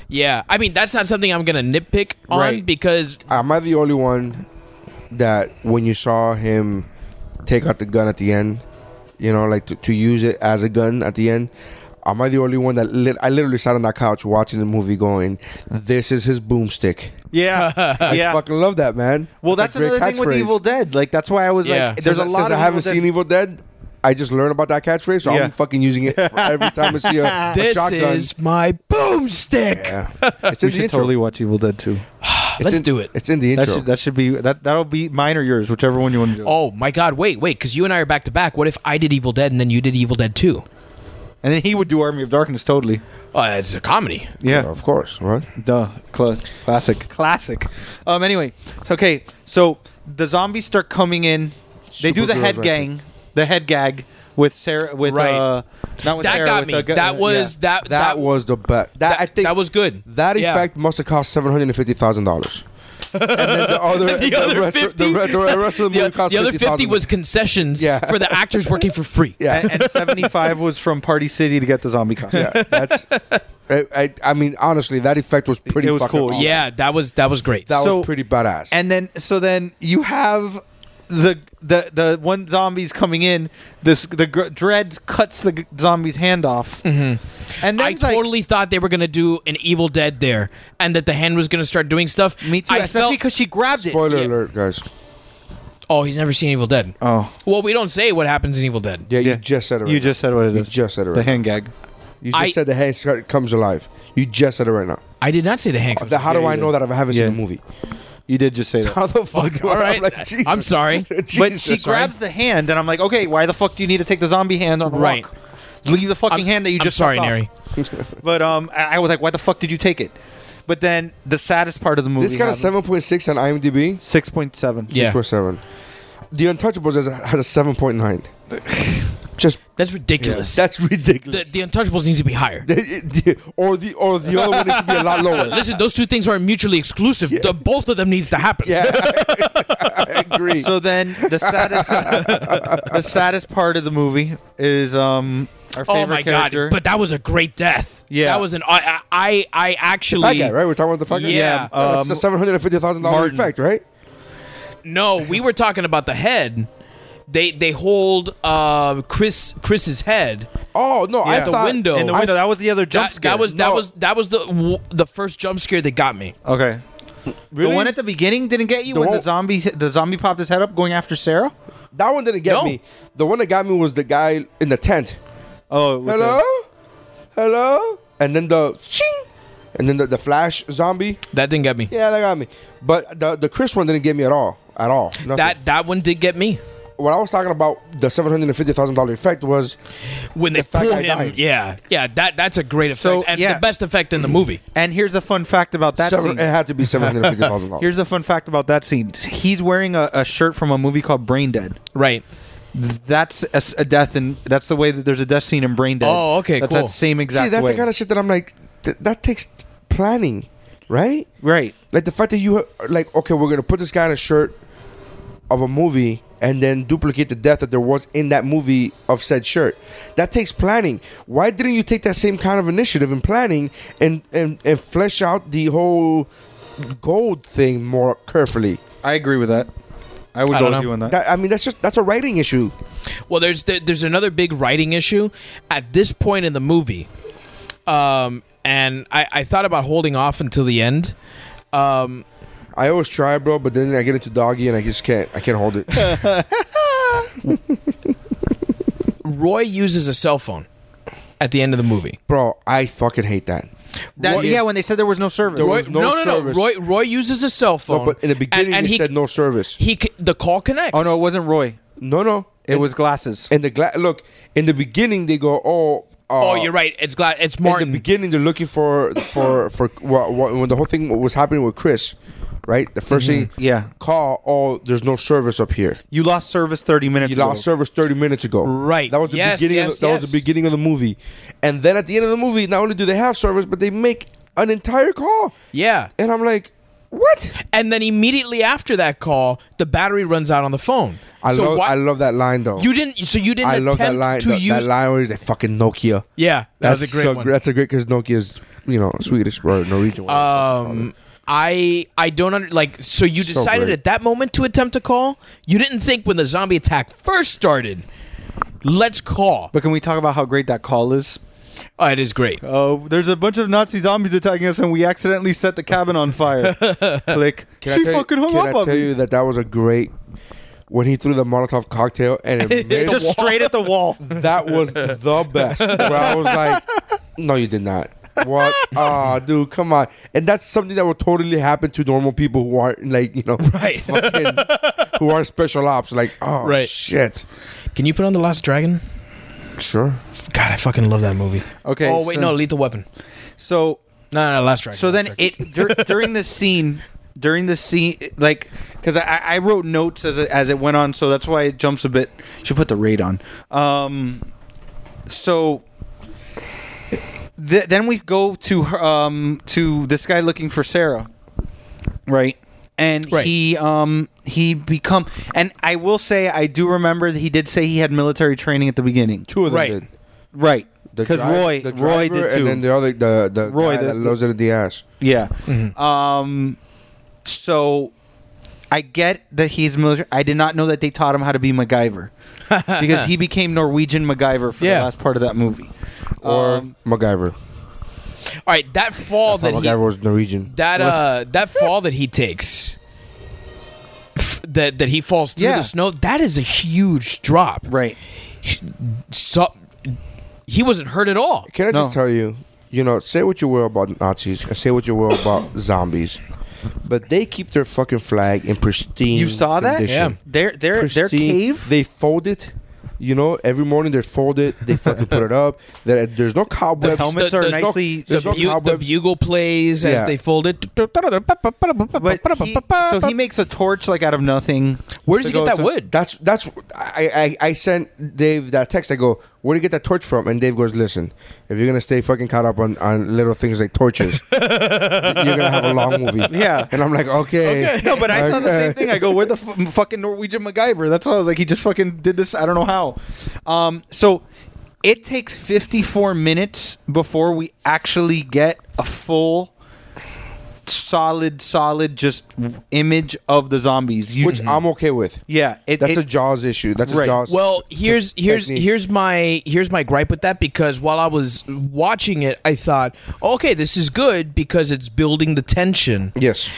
S10: Yeah. I mean, that's not something I'm gonna nitpick on
S8: Right.
S10: because
S9: Am I the only one that when you saw him take out the gun at the end, you know, like to, to use it as a gun at the end? Am I the only one that lit, I literally sat on that couch watching the movie going, this is his boomstick?
S8: Yeah,
S10: Uh, [laughs]
S9: I fucking love that, man.
S8: well, that's,
S9: a great
S8: another thing with
S9: catchphrase.
S8: Evil Dead. Like that's why I was
S10: Yeah.
S8: like,
S9: There's
S8: there's
S9: since,
S8: a lot.
S9: since
S8: of
S9: I haven't
S8: Evil Dead-
S9: seen Evil Dead, I just learned about that catchphrase, so
S8: Yeah.
S9: I'm fucking using it for every time I see a, a
S10: this
S9: shotgun.
S10: is my boomstick.
S9: yeah. It's in
S8: We
S9: the
S8: should
S9: intro.
S8: totally watch Evil Dead too.
S9: It's
S10: Let's
S9: in-
S10: do it.
S9: It's in the
S8: That
S9: intro.
S8: should that should be that that'll be mine or yours, whichever one you want to do.
S10: Oh my God! Wait, wait, because you and I are back to back. What if I did Evil Dead and then you did Evil Dead Two?
S8: And then he would do Army of Darkness totally.
S10: Oh, it's a comedy.
S8: Yeah.
S9: of course, right?
S8: Duh. Cla- classic. Classic. Um. Anyway, so, okay. So the zombies start coming in. They do the
S9: Supergirl's
S8: head
S9: right
S8: gang, the head gag with Sarah. With
S10: Right.
S8: uh, not with
S10: That
S8: Sarah,
S10: got
S8: with
S10: me.
S8: the gu-
S10: that
S8: uh,
S10: was
S8: yeah.
S10: that, that
S9: That, was the best. That, I think
S10: that was good.
S9: That
S10: Yeah.
S9: effect must have cost seven hundred and fifty thousand dollars. And then the other,
S10: The other
S9: rest,
S10: 50?
S9: the, re- the rest of the
S10: The,
S9: movie cost
S10: the other
S9: 50,000.
S10: fifty was concessions
S9: Yeah.
S10: for the actors working for free.
S9: [laughs] yeah.
S10: [laughs]
S8: And, and seventy five was from Party City to get the zombie costume.
S9: yeah, that's. I, I, I mean, honestly, that effect was pretty.
S8: It was
S9: fucking
S8: cool.
S9: awesome.
S10: Yeah, that was that was great.
S9: that
S8: So-
S9: was pretty badass.
S8: And then so then you have the the the one zombies coming in. This the gr- dread cuts the g- zombie's hand off. Mm-hmm. And then
S10: I
S8: it's like-
S10: totally thought they were gonna do an Evil Dead there, and that the hand was gonna start doing stuff.
S8: me too,
S10: I
S8: especially
S10: felt,
S8: because she grabbed
S9: Spoiler
S10: yeah.
S9: alert, guys.
S10: oh, he's never seen Evil Dead.
S8: Oh.
S10: well, we don't say what happens in Evil Dead.
S9: Yeah,
S8: it.
S9: you just said it. Right
S8: You
S9: now.
S8: just said what it is.
S9: You just said it
S8: The
S9: right
S8: hand gag.
S9: You just
S10: I-
S9: said the hand start- comes alive. You just said it right now.
S10: I did not say the hand. [laughs]
S9: The- how do I know Oh, that if I haven't
S8: Yeah.
S9: seen the movie?
S8: You did just say that.
S9: How the fuck? do I-
S10: all
S9: [laughs]
S10: right.
S9: I'm, like, Jesus.
S10: I'm sorry.
S8: but she
S9: [laughs] Jesus.
S8: grabs the hand, and I'm like, okay, why the fuck do you need to take the zombie hand on a
S10: Right.
S8: walk? Leave the fucking hand that you
S10: I'm
S8: just
S10: sorry,
S8: sucked off.
S10: Neri.
S8: But um, I I was like, why the fuck did you take it? But then the saddest part of the movie.
S9: This got a seven point six on IMDb.
S8: Six point seven.
S10: Yeah.
S9: Six seven. The Untouchables has a, has a seven point nine. Just
S10: That's ridiculous.
S9: that's [laughs]
S10: the,
S9: ridiculous.
S10: the Untouchables needs to be higher.
S9: [laughs] or the or the other one needs to be a lot
S10: [laughs]
S9: lower.
S10: Listen, those two things aren't mutually exclusive. The, both of them needs to happen.
S9: Yeah, [laughs] I agree.
S8: So then the [laughs] saddest, the saddest part of the movie is um our favorite
S10: Oh my
S8: character.
S10: god! But that was a great death.
S8: Yeah.
S10: that was an I I I I
S9: fat
S10: actually
S9: guy, right? We're talking about the fat guy.
S10: Yeah,
S9: Oh, that's
S8: um,
S9: the seven hundred and fifty thousand dollar
S8: Martin.
S9: effect, right?
S10: no. We were talking about the head. They they hold uh Chris Chris's head.
S9: Oh no, I
S10: At the
S9: thought
S10: window.
S8: in the window, that was the other jump
S10: That,
S8: scare.
S10: that was that
S9: No.
S10: was that was the w- the first jump scare that got me.
S8: okay.
S9: Really?
S8: The one at the beginning didn't get you when
S9: one-
S8: the zombie the zombie popped his head up going after Sarah.
S9: That one didn't get
S10: No.
S9: me. The one that got me was the guy in the tent.
S8: Oh, with
S9: Hello?
S8: the-
S9: Hello? And then the ching. And then the, the flash zombie.
S10: That didn't get me.
S9: Yeah, that got me. But the the Chris one didn't get me at all. At all. Nothing.
S10: That that one did get me
S9: what I was talking about, the seven hundred and fifty thousand dollar effect was
S10: when they
S9: The fact
S10: pull
S9: I
S10: him.
S9: died.
S10: Yeah, yeah. That that's a great effect
S8: So,
S10: and
S8: yeah.
S10: the best effect in the movie.
S8: and here's a fun fact about that
S9: seven,
S8: scene.
S9: it had to be seven hundred and fifty thousand
S8: [laughs]
S9: dollars.
S8: Here's the fun fact about that scene. He's wearing a, a shirt from a movie called Brain Dead.
S10: Right.
S8: That's a, s- a death, and that's the way that there's a death scene in Brain Dead.
S10: Oh, okay,
S8: that's
S10: cool.
S8: that same exact.
S9: See, that's
S8: way.
S9: the kind of shit that I'm like th- that takes planning. right?
S8: Right.
S9: Like the fact that you ha- like okay, we're gonna put this guy in a shirt of a movie and then duplicate the death that there was in that movie of said shirt. That takes planning. Why didn't you take that same kind of initiative in planning and and, and flesh out the whole gold thing more carefully?
S8: I agree with that. I would
S10: I
S8: go
S10: don't
S8: with
S10: know.
S8: you on that.
S9: That, I mean, that's just that's a writing issue.
S10: Well, there's there- there's another big writing issue at this point in the movie, um, and I, I thought about holding off until the end. Um,
S9: I always try, bro, but then I get into doggy and I just can't. I can't hold it.
S8: [laughs]
S10: Roy uses a cell phone at the end of the movie.
S9: bro, I fucking hate that.
S8: That- yeah, when they said there was no service.
S9: There
S10: Roy,
S9: was no
S10: no, no, no.
S9: service.
S10: Roy Roy uses a cell phone.
S9: No, but in the
S10: and-
S9: beginning,
S10: and
S9: you
S10: he
S9: said no service.
S10: He c- the call connects.
S8: oh no, it wasn't Roy.
S9: No, no,
S8: It was glasses.
S9: And the gla- look in the beginning, they go, "Oh, uh,
S10: oh, you're right. It's glad it's
S9: In
S10: Martin.
S9: the beginning, they're looking for
S10: [laughs]
S9: for for wha- wha- when the whole thing was happening with Chris, right? The 1st
S10: Mm-hmm.
S9: thing,
S8: Yeah.
S9: call. Oh, there's no service up here.
S8: you lost service thirty minutes.
S9: You
S8: ago.
S9: lost service 30 minutes ago.
S10: Right.
S9: That was the
S10: Yes,
S9: beginning.
S10: yes,
S9: of the, that
S10: yes.
S9: was the beginning of the movie, and then at the end of the movie, not only do they have service, but they make an entire call.
S10: yeah,
S9: And I'm like, what?
S10: and then immediately after that call, the battery runs out on the phone.
S9: I
S10: so
S9: love
S10: why-
S9: I love that line though.
S10: You didn't. So you didn't
S9: I love
S10: attempt
S9: that line.
S10: to
S9: that,
S10: use.
S9: that line where he's like fucking Nokia.
S10: Yeah, that was a great
S9: so
S10: one.
S9: gr- That's a great because Nokia's you know Swedish or Norwegian. whatever you wanna call it.
S10: Um, I I don't under, like. So you
S9: So
S10: decided
S9: great.
S10: at that moment to attempt a call. You didn't think when the zombie attack first started. Let's call.
S8: But can we talk about how great that call is?
S10: Oh, it is great.
S8: Oh, there's a bunch of Nazi zombies attacking us, and we accidentally set the cabin on
S9: [laughs]
S8: fire. Click.
S9: Can I
S8: she
S9: tell you-
S8: fucking hung
S9: can
S8: up
S9: I
S8: on
S9: tell
S8: me.
S9: you that that was a great when he threw the Molotov cocktail
S8: [laughs]
S9: and it
S10: the
S9: missed.
S8: Just straight at the
S10: [laughs]
S8: wall.
S9: that was the best. Where I was like, no, you did not.
S8: [laughs]
S9: What? Ah, dude, come on. And that's something that would totally happen to normal people who aren't like you
S8: [laughs]
S9: know
S10: Right.
S9: fucking, who aren't special ops. Like, oh
S10: Right.
S9: shit.
S10: Can you put on the Last Dragon?
S9: Sure.
S10: God, I fucking love that movie.
S8: Okay,
S10: Oh wait,
S8: so-
S10: no, Lethal Weapon.
S8: So
S10: No, no, no Last Dragon.
S8: So
S10: Last
S8: then
S10: Dragon.
S8: it dur- during the scene, during the scene, like because I, I wrote notes as it, as it went on, so that's why it jumps a bit. Should put the rate on. Um, so th- then we go to her, um to this guy looking for Sarah, right? And
S10: Right.
S8: he um he become and I will say I do remember that he did say he had military training at the beginning,
S9: Two of them
S10: Right.
S9: did.
S8: right?
S9: The
S8: Because
S9: dri-
S8: Roy
S9: the
S8: Roy
S9: driver
S8: did too.
S9: and then the other the the
S8: Roy,
S9: guy
S8: the-
S9: that loves it in the ass.
S8: Yeah. Um, so I get that he's military. I did not know that they taught him how to be MacGyver because he became Norwegian MacGyver for
S10: Yeah.
S8: the last part of that movie.
S9: Or
S8: Um,
S9: MacGyver.
S10: [laughs] all right. That
S8: Oh,
S10: fall
S9: That
S10: that he
S9: MacGyver was Norwegian.
S10: that uh that fall that he takes f- that that he falls through
S8: Yeah.
S10: the snow that is a huge drop
S8: right.
S10: so, he wasn't hurt at all
S9: Can I just
S8: No.
S9: tell you, you know, say what you will about Nazis and say what you will
S8: [coughs]
S9: about zombies, but they keep their fucking flag in pristine.
S8: You saw that?
S9: condition.
S10: Yeah.
S8: Their their their
S9: Pristine.
S8: cave.
S9: They fold it. You know, every morning they fold it. They fucking put it up. There, there's no cobwebs.
S8: helmets
S10: The-
S8: are
S10: the-
S8: nicely.
S10: the,
S9: There's no
S10: bu- the
S9: cobwebs.
S10: bugle plays as
S9: Yeah.
S10: they fold it
S8: but he, so he makes a torch like out of nothing.
S10: where does he
S8: to
S10: get
S8: go
S10: that
S8: to-
S10: wood
S9: That's that's I, I I sent Dave that text. I go, where do you get that torch from? And Dave goes, listen, if you're gonna stay fucking caught up on, on little things like
S8: [laughs]
S9: torches, you're gonna have a long movie.
S8: Yeah.
S9: And I'm like, okay.
S8: No, but I thought the same thing. I go, where the f- fucking Norwegian MacGyver? That's why I was like, he just fucking did this. I don't know how. Um, so it takes 54 minutes before we actually get a full, solid, solid just image of the zombies. You,
S9: Which I'm okay with.
S8: Mm-hmm. yeah, it,
S9: That's
S8: it-
S9: a Jaws issue. That's
S8: Right.
S9: a Jaws.
S10: well here's here's
S9: technique.
S10: here's my here's my gripe with that because while i was watching it i thought okay this is good because it's building the tension
S9: yes,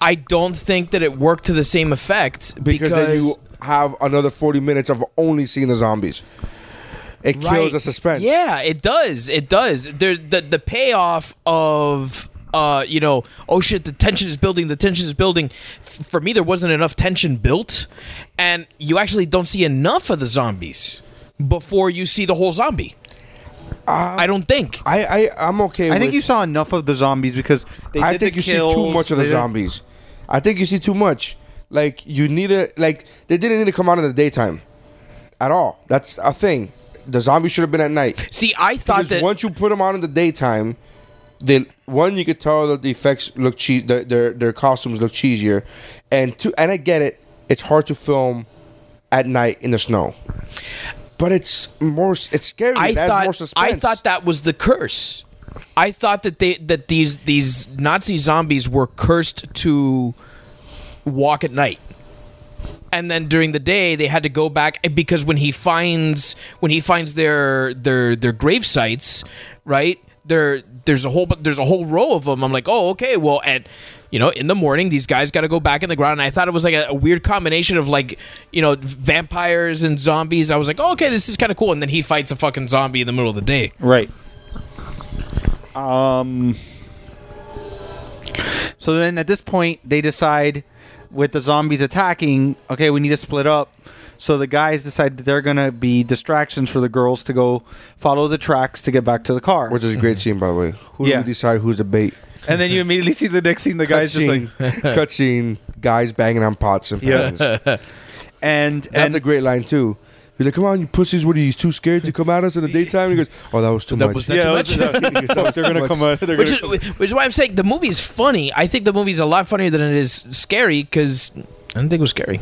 S10: i don't think that it worked to the same effect
S9: because, then you have another 40 minutes of only seeing the zombies. It kills
S10: Right.
S9: the suspense.
S10: Yeah, it does. It does. There's the the payoff of uh, you know, oh shit, the tension is building. The tension is building. F- for me, there wasn't enough tension built, and you actually don't see enough of the zombies before you see the whole zombie. I don't think.
S9: Uh, I I I'm okay.
S8: I think
S9: with-
S8: you saw enough of the zombies because they
S9: I
S8: did
S9: think
S8: the
S9: you
S8: kills,
S9: see too much of the
S8: they did-
S9: zombies. I think you see too much. Like you need a like they didn't need to come out in the daytime, at all. That's a thing. The zombies should have been at night.
S10: see, I thought
S9: Because
S10: that
S9: once you put them out in the daytime, they one you could tell that the effects look cheese their, their their costumes look cheesier, and two and I get it. It's hard to film at night in the snow, but it's more it's scary.
S10: I
S9: it adds more
S10: thought
S9: suspense.
S10: I thought that was the curse. I thought that they that these these Nazi zombies were cursed to walk at night. And then during the day they had to go back eh, because when he finds when he finds their their their grave sites, right? There there's a whole but there's a whole row of them. I'm like, "Oh, okay. Well, at you know, in the morning these guys got to go back in the ground." And I thought it was like a, a weird combination of like, you know, vampires and zombies. I was like, "Oh, okay, this is kind of cool." And then he fights a fucking zombie in the middle of the day.
S8: Right. Um. So then, at this point, they decide with the zombies attacking. Okay, we need to split up. So the guys decide that they're gonna be distractions for the girls to go follow the tracks to get back to the car.
S9: which is a great scene by the way. Who
S8: Yeah.
S9: do we decide who's the bait?
S8: and then you immediately see the next scene. The guys just like [laughs]
S9: Cutscene, [laughs] cutscene, guys banging on pots and
S8: Yeah.
S9: pans. That's
S8: and and
S9: a great line too. He's like, "Come on, you pussies! What are you too scared to come at
S8: [laughs]
S9: us in the daytime?" He goes, "Oh, that was too
S10: That
S9: much."
S10: was- that's Yeah, too much. that
S8: they're gonna come out. They're
S10: which [laughs]
S8: gonna
S10: is, which is why I'm saying the movie's funny. I think the movie's a lot funnier than it is scary because I didn't think it was scary.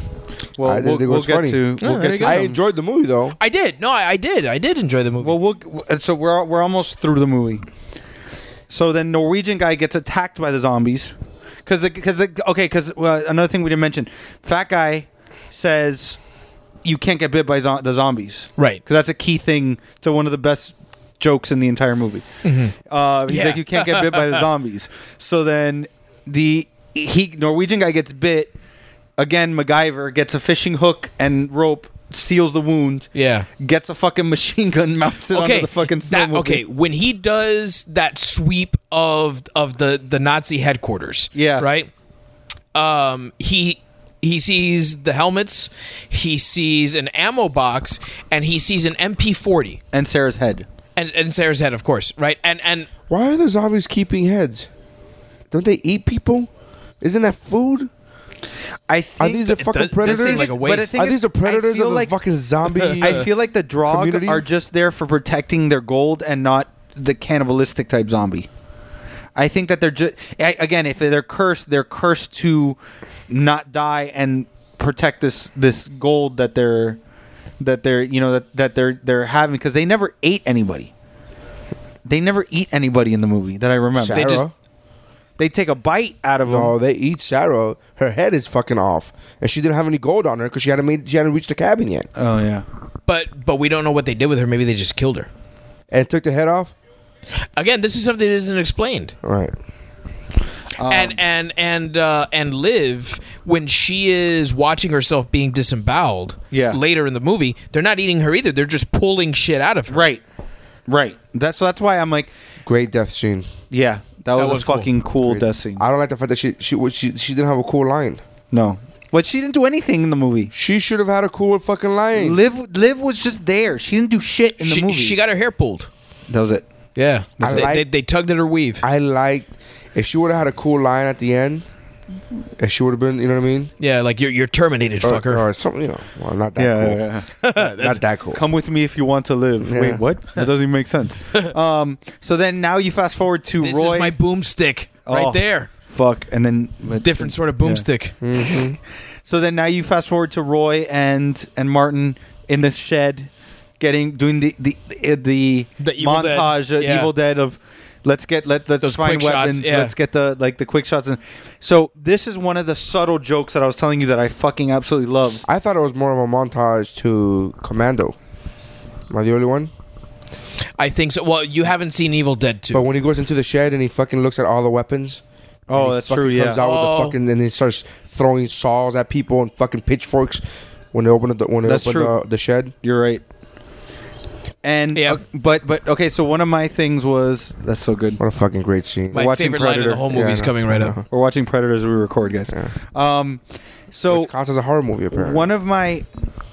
S8: well,
S9: I didn't
S8: we'll,
S9: think it
S8: we'll
S9: was
S8: get
S9: funny.
S8: to
S10: Yeah,
S8: we'll
S10: there
S8: get
S10: you
S8: to
S10: go.
S9: I
S8: some-
S9: enjoyed the movie though.
S10: I did. No, I, I did. I did enjoy the movie.
S8: Well, we'll w- so we're we're almost through the movie. So then Norwegian guy gets attacked by the zombies because because the, okay because well, another thing we didn't mention, fat guy says you can't get bit by zo- the zombies
S10: Right.
S8: because that's a key thing to one of the best jokes in the entire movie. Uh, he's
S10: Mm-hmm. Yeah. [laughs]
S8: like you can't get bit by the zombies. So then the he Norwegian guy gets bit again. MacGyver gets a fishing hook and rope. Seals the wound
S10: Yeah.
S8: gets a fucking machine gun, mounts it onto the fucking
S10: that-
S8: snowmobile.
S10: okay, when he does that sweep of of the the Nazi headquarters,
S8: Yeah.
S10: right. Um, he he sees the helmets, he sees an ammo box, and he sees an MP40
S8: And Sarah's head.
S10: and and Sarah's head, of course, right? And and
S9: Why are the zombies keeping heads? Don't they eat people? Isn't that food?
S8: I
S9: Are
S8: think.
S9: these the
S10: that-
S9: fucking
S10: that- that
S9: predators?
S10: seems like a
S8: but I
S10: waste.
S8: think
S9: are these
S8: it's-
S9: the predators
S8: I feel
S9: of the
S8: like, [laughs]
S9: fucking zombie? uh,
S8: I feel like the drog
S9: community?
S8: are just there for protecting their gold and not the cannibalistic type zombie. I think that they're just again, if they're cursed, they're cursed to not die and protect this this gold that they're that they're you know that, that they're they're having because they never ate anybody. They never eat anybody in the movie that I remember.
S9: Sarah.
S10: they just
S8: They take a bite out of them.
S9: no, Oh, they eat Sarah. Her head is fucking off, and she didn't have any gold on her because she hadn't made she hadn't reached the cabin yet.
S8: Oh yeah.
S10: but but we don't know what they did with her. Maybe they just killed her.
S9: And took the head off.
S10: Again, this is something that isn't explained.
S9: All right.
S10: and and and uh, and live when she is watching herself being disemboweled.
S8: Yeah.
S10: Later in the movie, they're not eating her either. They're just pulling shit out of her.
S8: Right. Right. That's so that's why I'm like,
S9: Great death scene.
S8: yeah, that was,
S10: was
S8: a
S10: cool.
S8: fucking cool death scene.
S9: I don't like the fact that she she was- she, she didn't have a cool line.
S8: no. But she didn't do anything in the movie.
S9: She should have had a cool fucking line.
S8: Liv Liv was just there. She didn't do shit in
S10: She,
S8: the movie.
S10: she got her hair pulled.
S8: that was it.
S10: Yeah.
S9: I
S10: they,
S9: like-
S10: they, they tugged at her weave.
S9: I liked if she would have had a cool line at the end. If she would have been, you know what I mean?
S10: yeah, like you're you're terminated,
S9: Or-
S10: fucker.
S9: Or,
S10: [laughs]
S9: something, you know. Well, not that cool. not that cool.
S8: [laughs] Come with me if you want to live. Wait,
S9: Yeah.
S8: what? That doesn't even make
S10: [laughs]
S8: sense. um so then now you fast forward to
S10: this
S8: Roy
S10: is my boomstick
S8: Oh.
S10: right there.
S8: fuck and then but-
S10: Different sort of boomstick.
S8: So then now you fast forward to Roy and and Martin in the shed, getting doing the the the, the,
S10: The Evil
S8: montage,
S10: Dead,
S8: uh,
S10: yeah.
S8: Evil Dead of let's get let let's
S10: Those
S8: find
S10: quick shots,
S8: weapons,
S10: yeah.
S8: let's get the like the quick shots, and so this is one of the subtle jokes that I was telling you that I fucking absolutely loved.
S9: I thought it was more of a montage to Commando. Am I the only one?
S10: I think so. Well, you haven't seen Evil Dead 2.
S9: But when he goes into the shed and he fucking looks at all the weapons. and
S8: Oh,
S9: he
S8: that's
S9: fucking
S8: true. Yeah.
S9: Comes out with
S10: Oh.
S9: the fucking and he starts throwing saws at people and fucking pitchforks when they open the when they
S8: That's
S9: open
S8: true.
S9: the, the shed.
S8: You're right. And
S10: Yeah.
S8: uh, but but okay, so one of my things was that's so good.
S9: What a fucking great scene.
S10: My
S8: watching
S10: favorite line of
S8: Predator.
S10: the whole
S8: Yeah,
S10: movie is
S9: I know,
S10: coming right up.
S8: We're watching Predator as we record, guys. Um, so
S9: Which counts as a horror movie apparently.
S8: one of my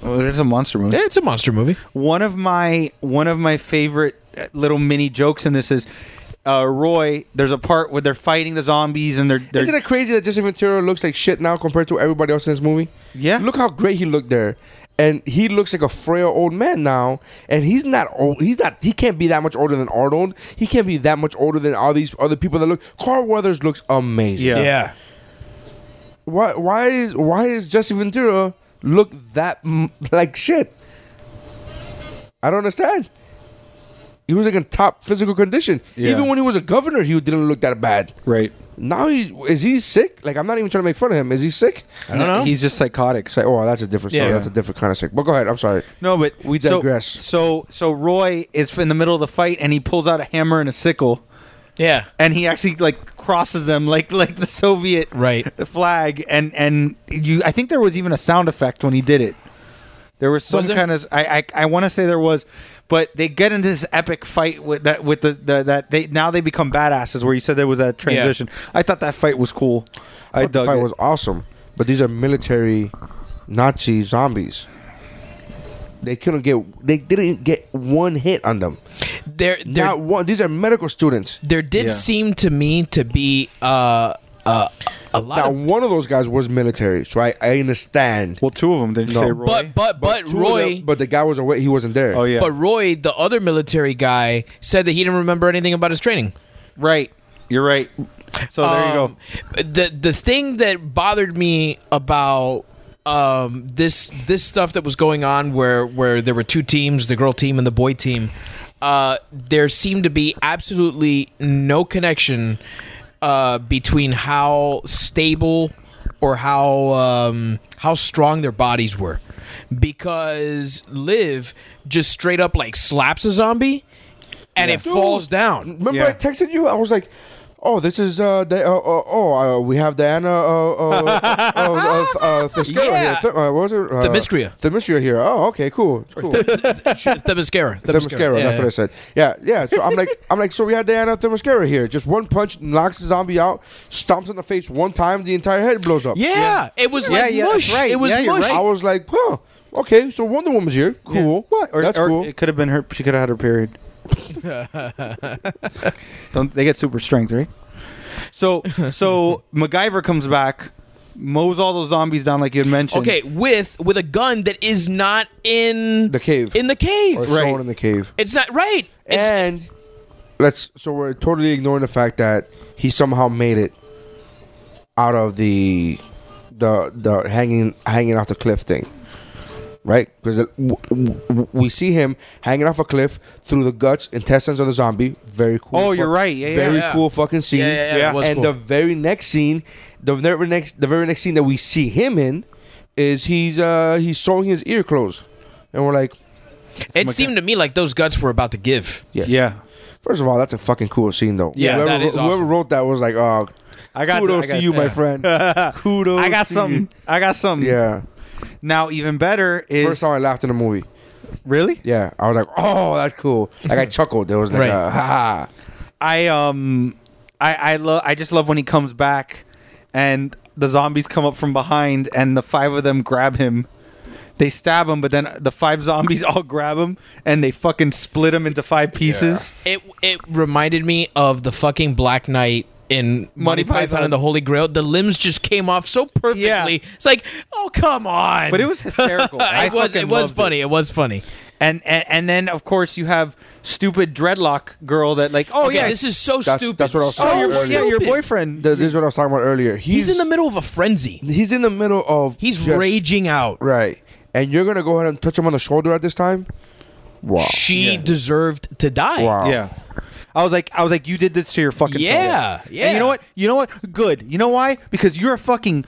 S8: oh, it's a monster movie.
S10: Yeah, it's a monster movie.
S8: one of my one of my favorite uh, little mini jokes in this is uh, Roy. There's a part where they're fighting the zombies and they're, they're
S9: Isn't it crazy that Justin Ventura looks like shit now compared to everybody else in this movie?
S8: Yeah.
S9: Look how great he looked there. and he looks like a frail old man now. And he's not old. He's not. He can't be that much older than Arnold. He can't be that much older than all these other people that look. Carl Weathers looks amazing.
S8: Yeah.
S10: yeah.
S9: Why? Why is Why is Justin Ventura look that m- like shit? I don't understand. He was like in top physical condition.
S8: Yeah.
S9: Even when he was a governor, he didn't look that bad.
S8: Right.
S9: Now he is he sick? Like I'm not even trying to make fun of him. Is he sick?
S10: I don't know.
S8: He's just psychotic.
S9: It's like, oh, that's a different story.
S10: Yeah.
S9: That's a different kind of sick. But go ahead. I'm sorry.
S8: No, but
S9: We
S8: so-
S9: digress.
S8: So, so, Roy is in the middle of the fight, and he pulls out a hammer and a sickle,
S10: yeah.
S8: and he actually like crosses them like like the Soviet
S10: Right.
S8: flag, and and you. I think there was even a sound effect when he did it. There was some
S10: Was there?
S8: kind of I I, I want to say there was, but they get into this epic fight with that with the, the that they now they become badasses. Where you said there was that transition. I thought that fight was cool. I,
S9: thought the
S8: dug
S9: fight
S8: it.
S9: was awesome, but these are military Nazi zombies. They couldn't get. They didn't get one hit on them.
S10: There, there,
S9: Not one. These are medical students.
S10: there did
S8: Yeah.
S10: seem to me to be uh, uh, a lot
S9: Now
S10: of
S9: one of those guys was military, so I, I understand.
S8: well, two of them didn't you
S9: No.
S8: say Roy.
S10: but but but,
S9: two of
S10: Roy
S9: them- but the guy was away. He wasn't there.
S8: oh yeah,
S10: but Roy the other military guy said that he didn't remember anything about his training.
S8: right. You're right. So there you go.
S10: Um, The the thing that bothered me about um, this this stuff that was going on, where where there were two teams, the girl team and the boy team, uh, there seemed to be absolutely no connection uh, between how stable or how um, how strong their bodies were, because Liv just straight up like slaps a zombie. And it falls down.
S9: Remember, I
S8: Yeah.
S9: texted you. I was like, "Oh, this is uh, Di- uh, uh oh, uh, we have Diana uh, uh,
S10: [laughs]
S9: uh, uh, uh, Themyscira
S10: Yeah.
S9: here. Th- uh, what was it? Uh,
S10: Themyscira.
S9: Themyscira here. Oh, okay, cool, It's cool.
S10: Themyscira.
S9: Themyscira.
S10: Yeah,
S9: That's
S10: yeah.
S9: what I said. Yeah, yeah. So I'm like, I'm like, so we had Diana Themyscira here. Just one punch knocks the zombie out, stomps in the face one time, the entire head blows up.
S10: Yeah, it was
S8: Yeah,
S10: like
S8: yeah,
S10: mush.
S8: that's right.
S10: It was
S8: Yeah, you're
S10: mush.
S9: I was like, huh, okay. So Wonder Woman's here. Cool. What?
S8: Or,
S9: That's
S8: or
S9: cool.
S8: It could have been her. She could have had her period.
S9: [laughs]
S8: Don't they get super strength, right? So,
S9: [laughs]
S8: so MacGyver comes back, mows all those zombies down, like you had mentioned.
S10: Okay, with with a gun that is not in
S9: The cave.
S10: In the cave.
S9: or
S8: Right.
S9: shown in the cave.
S10: It's not right. It's,
S9: and let's so we're totally ignoring the fact that he somehow made it out of the the the hanging hanging off the cliff thing right because w- w- we see him hanging off a cliff through the guts intestines of the zombie very cool
S8: Oh, you're right. Yeah, yeah,
S9: very
S10: yeah.
S9: cool fucking scene
S10: [laughs] Yeah, yeah, yeah, it Yeah. was
S9: and the
S10: cool.
S9: very next scene the very next the very next scene that we see him in is he's uh he's sewing his ear closed and we're like
S10: it seemed to me like those guts were about to give.
S9: yes.
S8: Yeah,
S9: First of all, that's a fucking cool scene, though.
S10: Yeah,
S9: whoever,
S10: that is
S9: whoever
S10: awesome.
S9: wrote that was like, oh,
S8: I got.
S9: kudos
S8: I got,
S9: to you, my friend.
S10: [laughs]
S9: kudos.
S8: I got
S9: to
S8: something. I got
S9: you.
S8: something.
S9: Yeah.
S8: Now, even better is
S9: First time I laughed in the movie.
S8: really.
S9: Yeah, I was like, oh, that's cool. Like I chuckled. There was like,
S10: Right.
S9: a, ha ha.
S8: I um I I love I just love when he comes back and the zombies come up from behind and the five of them grab him. They stab him, but then the five zombies [laughs] all grab him and they fucking split him into five pieces.
S10: It it reminded me of the fucking Black Knight in
S8: Monty
S10: Monty, Python,
S8: Python.
S10: and the Holy Grail. The limbs just came off so perfectly. It's like, oh come on. Uh,
S8: But it was
S10: [laughs]
S8: hysterical. I
S10: it was
S8: fucking
S10: it was
S8: loved
S10: funny. It. was funny.
S8: And, and and then of course you have stupid dreadlock girl that like oh
S10: Okay,
S8: yeah
S10: this is so
S9: That's-
S10: stupid.
S9: that's what I was
S10: So
S9: saying
S8: oh your, yeah your
S10: stupid.
S8: boyfriend
S9: Th- This is what I was talking about earlier. He's,
S10: He's in the middle of a frenzy.
S9: He's in the middle of.
S10: He's
S9: just-
S10: raging out.
S9: Right. And you're gonna go ahead and touch him on the shoulder at this time. Wow.
S10: She deserved to die.
S9: Wow.
S8: Yeah. I was like, I was like, you did this to your fucking.
S10: Yeah,
S8: soul.
S10: yeah.
S8: And you know what? You know what? Good. You know why? Because you're a fucking.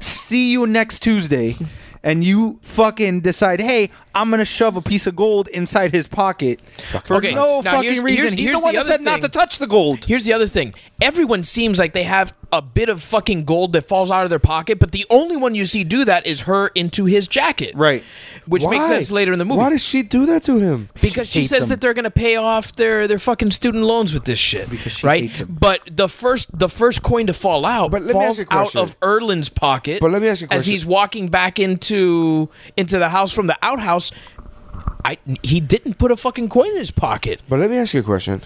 S8: See you next
S10: [laughs]
S8: Tuesday, and you fucking decide, hey, I'm gonna shove a piece of gold inside his pocket for
S10: Okay,
S8: no
S10: now
S8: fucking
S10: here's-
S8: reason.
S10: here's-
S8: He's
S10: here's
S8: the one
S10: the
S8: that
S10: other
S8: said not to
S10: thing.
S8: touch the gold.
S10: Here's the other thing. Everyone seems like they have a bit of fucking gold that falls out of their pocket, but the only one you see do that is her into his jacket.
S8: Right.
S10: Which makes
S9: Why?
S10: sense later in the movie.
S9: Why did she do that to him?
S10: because she,
S8: hates
S10: says
S8: him.
S10: that they're going to pay off their, their fucking student loans with this shit. Because
S8: she
S10: right?
S8: hates him.
S10: But the first the first coin to fall out
S9: But let me ask
S10: falls
S9: you a
S10: out
S9: question.
S10: of Erlin's pocket.
S9: But let me ask you a
S10: as
S9: question.
S10: he's walking back into into the house from the outhouse, I he didn't put a fucking coin in his pocket.
S9: But let me ask you a question.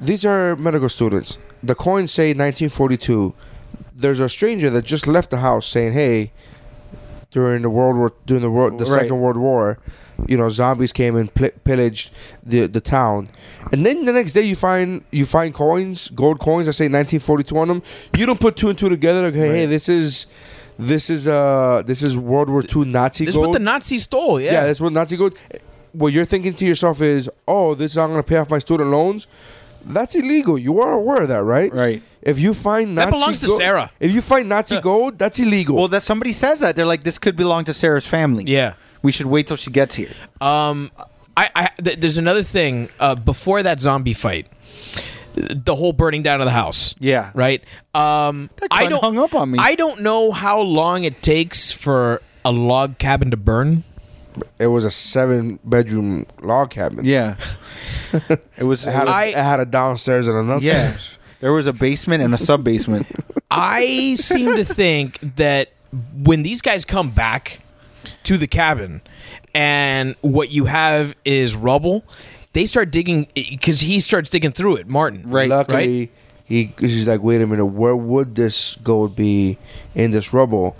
S9: These are medical students. The coins say 1942. There's a stranger that just left the house saying, "Hey, during the World War during the world the
S8: Right.
S9: Second World War, you know, zombies came and pl- pillaged the the town, and then the next day you find you find coins, gold coins that say 1942 on them. You don't put two and two together. Like, hey, hey, this is this is uh this is World War II Nazi
S10: This is
S9: gold.
S10: what the Nazis stole. Yeah.
S9: Yeah, that's what Nazi gold. What you're thinking to yourself is, oh, this is how I'm going to pay off my student loans. That's illegal. You are aware of that, right?
S8: Right.
S9: If you find Nazi
S10: That belongs to
S9: gold-
S10: Sarah. Uh,
S9: If you find Nazi gold, that's illegal.
S8: Well, that somebody says that they're like, this could belong to Sarah's family.
S10: Yeah.
S8: we should wait till she gets here.
S10: Um, I, I th- there's another thing uh, before that zombie fight. The whole burning down of the house.
S8: Yeah.
S10: Right. Um,
S8: That
S10: I
S8: kinda
S10: don't
S8: hung up on me.
S10: I don't know how long it takes for a log cabin to burn.
S9: it was a seven bedroom log cabin.
S8: Yeah, [laughs] it was.
S9: It had a,
S10: I-
S9: it had a downstairs and an [laughs]
S8: yeah,
S9: upstairs.
S8: there was a basement and a sub basement.
S10: I seem to think that when these guys come back to the cabin and what you have is rubble, they start digging because he starts digging through it, Martin.
S8: Right.
S9: Luckily, he he's like, wait a minute, where would this gold be in this rubble?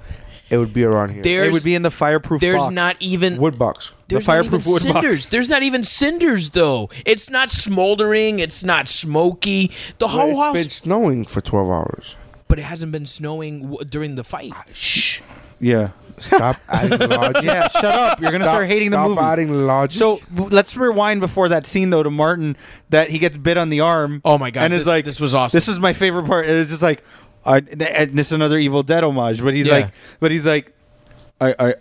S9: It would be around here.
S10: There's,
S8: it would be in the fireproof.
S10: there's
S8: box.
S10: not even
S9: wood box.
S10: there's
S8: the
S10: not even
S8: fireproof wood box.
S10: cinders. There's not even cinders though. It's not smoldering. It's not smoky. The
S9: But
S10: whole
S9: It's
S10: house,
S9: been snowing for twelve hours.
S10: but it hasn't been snowing w- during the fight.
S9: Ah,
S10: Shh.
S8: Yeah, [laughs]
S9: Stop adding logic.
S8: yeah. Shut up! You're gonna
S9: Stop-
S8: start hating the
S9: stop
S8: movie.
S9: adding logic.
S8: So w- let's rewind before that scene though to Martin that he gets bit on the arm.
S10: Oh my God,
S8: And it's
S10: this-
S8: like
S10: this was awesome.
S8: This is my favorite part. It was just like, I, and this is another Evil Dead homage. But he's
S10: Yeah.
S8: like, but he's like, I, I,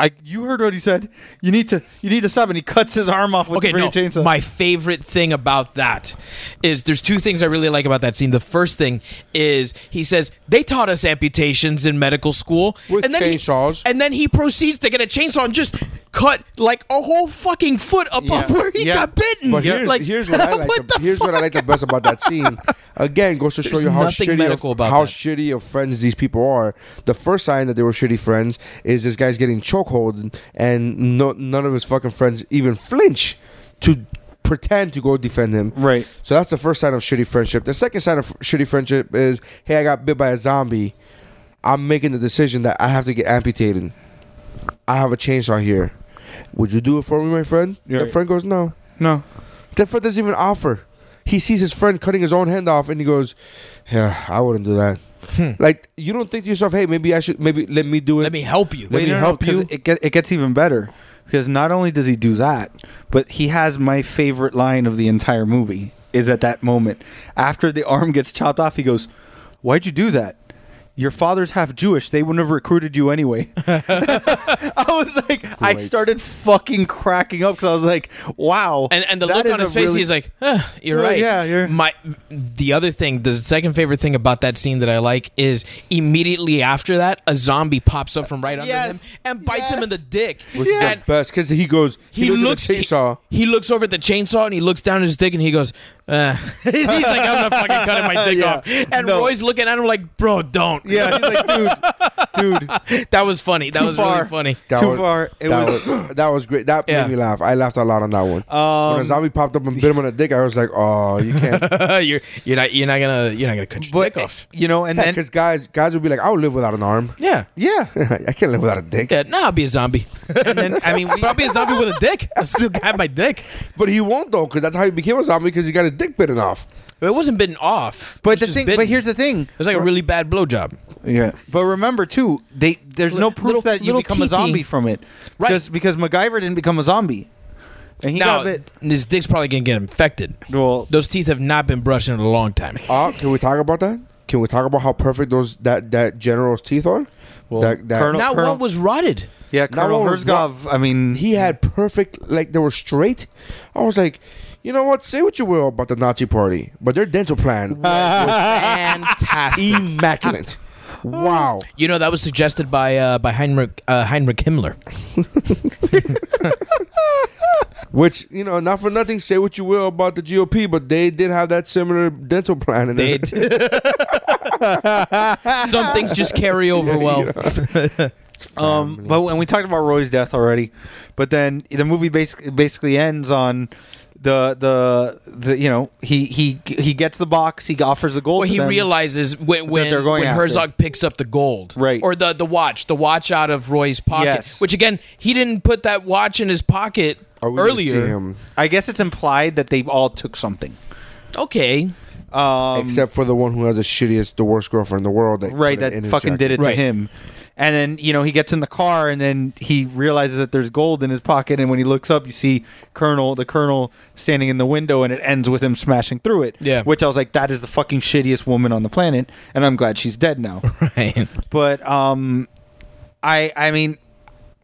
S8: I, you heard what he said. You need to, you need to stop. And he cuts his arm off with
S10: Okay,
S8: the
S10: no.
S8: freaking chainsaw.
S10: My favorite thing about that is there's two things I really like about that scene. The first thing is he says they taught us amputations in medical school
S9: With
S10: he-
S9: chainsaws.
S10: and then he proceeds to get a chainsaw and just cut like a whole fucking foot above
S8: Yeah.
S10: where he
S8: Yeah.
S10: got bitten.
S9: But here's,
S10: like,
S9: here's what
S10: [laughs]
S9: I like.
S10: what
S9: the,
S10: the
S9: here's what I like the best about that
S10: [laughs]
S9: scene. Again, goes to show
S10: There's
S9: you how
S10: nothing
S9: shitty of,
S10: medical about
S9: how
S10: that.
S9: shitty of friends these people are. The first sign that they were shitty friends is this guy's getting chokehold, and no, none of his fucking friends even flinch to pretend to go defend him.
S8: Right.
S9: So that's the first sign of shitty friendship. The second sign of shitty friendship is, hey, I got bit by a zombie. I'm making the decision that I have to get amputated. I have a chainsaw here. Would you do it for me, my friend? The friend goes, no.
S8: no.
S9: That friend doesn't even offer. He sees his friend cutting his own hand off, and he goes, "Yeah, I wouldn't do that." Like you don't think to yourself, "Hey, maybe I should. Maybe let me do it."
S10: Let me help you.
S9: Let me help you.
S8: It, get, it gets even better because not only does he do that, but he has my favorite line of the entire movie is at that moment after the arm gets chopped off. He goes, "Why'd you do that? Your father's half Jewish. They wouldn't have recruited you anyway." [laughs] I was like, I started fucking cracking up because I was like, "Wow!"
S10: And, and the
S8: that
S10: look
S8: is
S10: on
S8: a
S10: his face,
S8: really-
S10: he's like, huh, "You're
S8: Yeah,
S10: right."
S8: yeah, you're-
S10: My the other thing, the second favorite thing about that scene that I like is immediately after that, a zombie pops up from right under
S8: Yes,
S10: him and bites him in the dick.
S9: Which is the
S10: And
S9: best because he goes, he,
S10: he, looks.
S9: looks at the
S10: he- [laughs]
S9: chainsaw.
S10: He, looks over at the chainsaw and he looks down at his dick and he goes, uh. [laughs] "He's like, I'm not fucking cutting my dick
S8: Yeah.
S10: off." And
S8: No.
S10: Roy's looking at him like, "Bro, don't."
S8: "Yeah, he's like, dude, dude,
S10: [laughs] that was funny. That was
S8: far.
S10: really funny.
S9: That
S8: too far." It
S9: that
S8: was,
S9: was, that was great. That
S10: Yeah.
S9: made me laugh. I laughed out loud on that one. when a zombie popped up and bit him on the dick, I was like, "Oh, you can't."
S10: [laughs] you're you're not you're not gonna you're not gonna cut your
S8: but
S10: dick off.
S8: you know, and then
S9: Because guys, guys would be like, "I would live without an arm.
S10: Yeah.
S8: yeah,
S9: [laughs] I can't live without a dick."
S10: Yeah, nah, I'll be a zombie.
S8: and then I mean, we,
S10: But I'll be a zombie with a dick. I still have my dick.
S9: But he won't though, because that's how he became a zombie because he got his dick bitten off.
S10: It wasn't bitten off.
S8: but the thing, but here's the thing.
S10: it was like a really bad blowjob.
S8: Yeah, but remember too, they there's no proof
S10: little-
S8: that you
S10: little
S8: become a
S10: teethy.
S8: zombie from it,
S10: Right.
S8: Because because MacGyver didn't become a zombie, and he
S10: Now
S8: got bit.
S10: his dick's probably gonna get infected.
S8: Well-
S10: those teeth have not been brushed in a long time.
S9: Uh, can we talk about that? Can we talk about how perfect those that that general's teeth are?
S8: Well,
S9: that, that,
S8: Colonel-
S10: Not one was rotted.
S8: Yeah, Colonel
S9: one was
S8: Herzog. I mean,
S9: he had perfect like they were straight. I was like, you know what? Say what you will about the Nazi Party, but their dental plan was
S10: [laughs] Fantastic.
S8: [laughs]
S9: immaculate. Wow,
S10: You know that was suggested by uh, by Heinrich uh, Heinrich Himmler.
S9: which you know, not for nothing. Say what you will about the GOP, but they did have that similar dental plan. In
S10: They
S9: there.
S10: some things just carry over well.
S8: um, but when we talked about Roy's death already, but then the movie basically basically ends on the the the you know he he he gets the box. He offers the gold.
S10: Well,
S8: to
S10: he
S8: them.
S10: realizes when when,
S8: they're going
S10: when
S8: after.
S10: Herzog picks up the gold,
S8: Right.
S10: or the the watch, the watch out of Roy's pocket.
S8: Yes.
S10: Which again, he didn't put that watch in his pocket
S9: Are we gonna
S10: earlier.
S9: see him
S8: I guess it's implied that they all took something.
S10: Okay,
S9: except for the one who has the shittiest, the worst girlfriend in the world. That
S8: um, right
S9: put it
S8: that
S9: in his
S8: fucking
S9: jacket.
S8: did it to
S10: Right.
S8: him and then you know he gets in the car and then he realizes that there's gold in his pocket and when he looks up you see colonel the colonel standing in the window and it ends with him smashing through it
S10: Yeah.
S8: which i was like that is the fucking shittiest woman on the planet and i'm glad she's dead now
S10: right.
S8: but um i i mean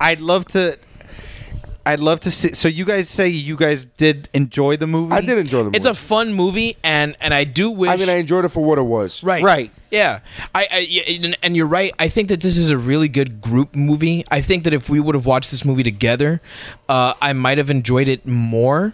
S8: i'd love to i'd love to see so you guys say you guys did enjoy the movie
S9: I did enjoy the movie.
S10: It's a fun movie, and and I do wish.
S9: I mean, I enjoyed it for what it was.
S10: Right.
S8: Right.
S10: Yeah. I, I yeah, and- and you're right. I think that this is a really good group movie. I think that if we would have watched this movie together, uh, I might have enjoyed it more.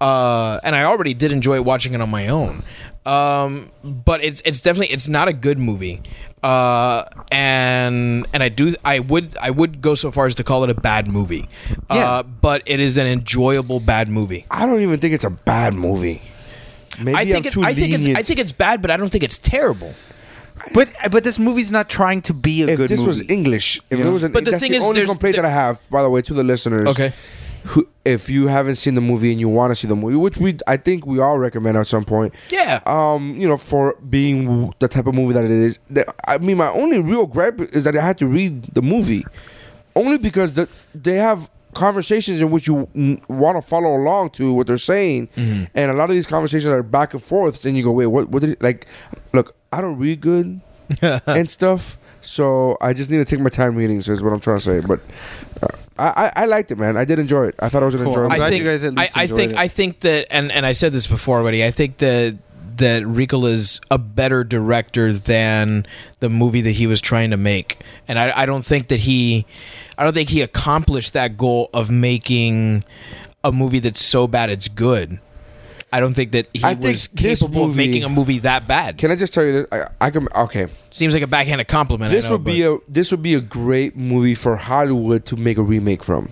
S10: Uh, and I already did enjoy watching it on my own. Um, but it's it's definitely it's not a good movie. Uh, and and I do I would I would go so far as to call it a bad movie.
S8: Yeah.
S10: Uh, but it is an enjoyable bad movie.
S9: I don't even think it's a bad movie. Maybe
S10: I
S9: am
S10: think it,
S9: too
S10: I think it's
S9: lenient.
S10: I think it's bad, but I don't think it's terrible.
S8: but but this movie's not trying to be a
S9: if
S8: good
S9: this
S8: movie
S9: was English, if there was an,
S10: But the
S9: that's
S10: thing
S9: the
S10: is,
S9: only
S10: there's-
S9: complaint
S10: there-
S9: that I have, by the way, to the listeners.
S10: Okay.
S9: Who, if you haven't seen the movie and you want to see the movie, which we I think we all recommend at some point.
S10: Yeah.
S9: Um, you know, for being w- the type of movie that it is. That, I mean, my only real gripe is that I had to read the movie, only because the, they have conversations in which you want to follow along to what they're saying,
S10: Mm-hmm.
S9: and a lot of these conversations are back and forth. And you go, wait, what? What did it, like? Look, I don't read
S10: [laughs]
S9: good and stuff. So I just need to take my time reading. So is what I'm trying to say. But uh, I, I I liked it, man. I did enjoy it. I thought it was an
S8: Cool.
S9: enjoyable.
S8: I'm glad
S10: I
S8: you
S10: think,
S8: guys at least
S10: I, I
S8: enjoyed
S10: think
S8: it.
S10: I think that and, and I said this before already, I think that that Ricola's a better director than the movie that he was trying to make. And I, I don't think that he I don't think he accomplished that goal of making a movie that's so bad it's good. I don't think that he
S9: I think
S10: was
S9: this
S10: capable of
S9: movie-
S10: making a movie that bad.
S9: Can I just tell you this? I, I can. Okay,
S10: Seems like a backhanded compliment. I
S9: this
S10: know,
S9: would be
S10: but-
S9: a this would be a great movie for Hollywood to make a remake from.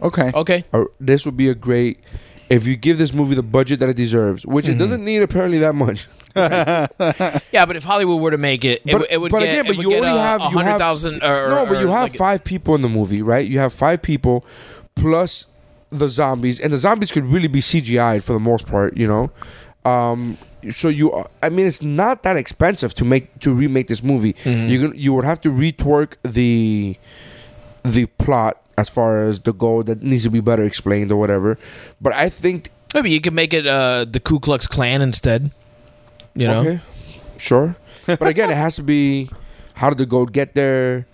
S8: okay
S10: okay.
S9: Or this would be a great if you give this movie the budget that it deserves, which
S10: Mm-hmm.
S9: it doesn't need apparently that much.
S10: Yeah, but if Hollywood were to make it, it,
S9: But-
S10: would- it would
S9: but
S10: get.
S9: again, but
S10: it would
S9: you
S10: get
S9: already
S10: a,
S9: have- you have-
S10: hundred thousand. Or
S9: no, but
S10: or
S9: you have
S10: like-
S9: five people in the movie, right? You have five people plus the zombies, and the zombies could really be CGI'd for the most part, you know. Um, so you, are- I mean, it's not that expensive to make to remake this movie.
S10: Mm-hmm.
S9: You can, you would have to retorque the the plot as far as the goal that needs to be better explained or whatever. But I think
S10: Maybe you could make it uh, the Ku Klux Klan instead. You know,
S9: Okay, sure. But again, it has to be how did the gold get there?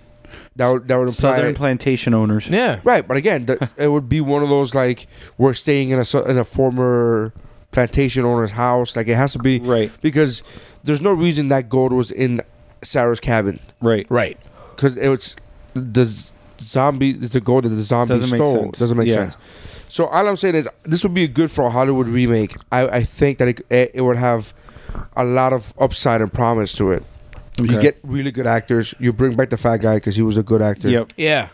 S9: That would
S10: [laughs]
S9: that would imply
S8: southern plantation owners
S10: yeah,
S9: right. But
S8: [laughs]
S9: again, the, it would be one of those like we're staying in a so- in a former plantation owner's house. Like it has to be
S8: Right.
S9: because there's no reason that gold was in Sarah's cabin
S8: right
S10: right.
S9: because it was the z- zombie is the gold that the zombie
S8: Doesn't make
S9: stole.
S8: sense.
S9: Doesn't make
S8: Yeah.
S9: sense. So all I'm saying is this would be good for a Hollywood remake. I, I think that it, it it would have a lot of upside and promise to it. You
S8: Okay.
S9: get really good actors. You bring back the fat guy because he was a good actor.
S8: yep
S10: Yeah,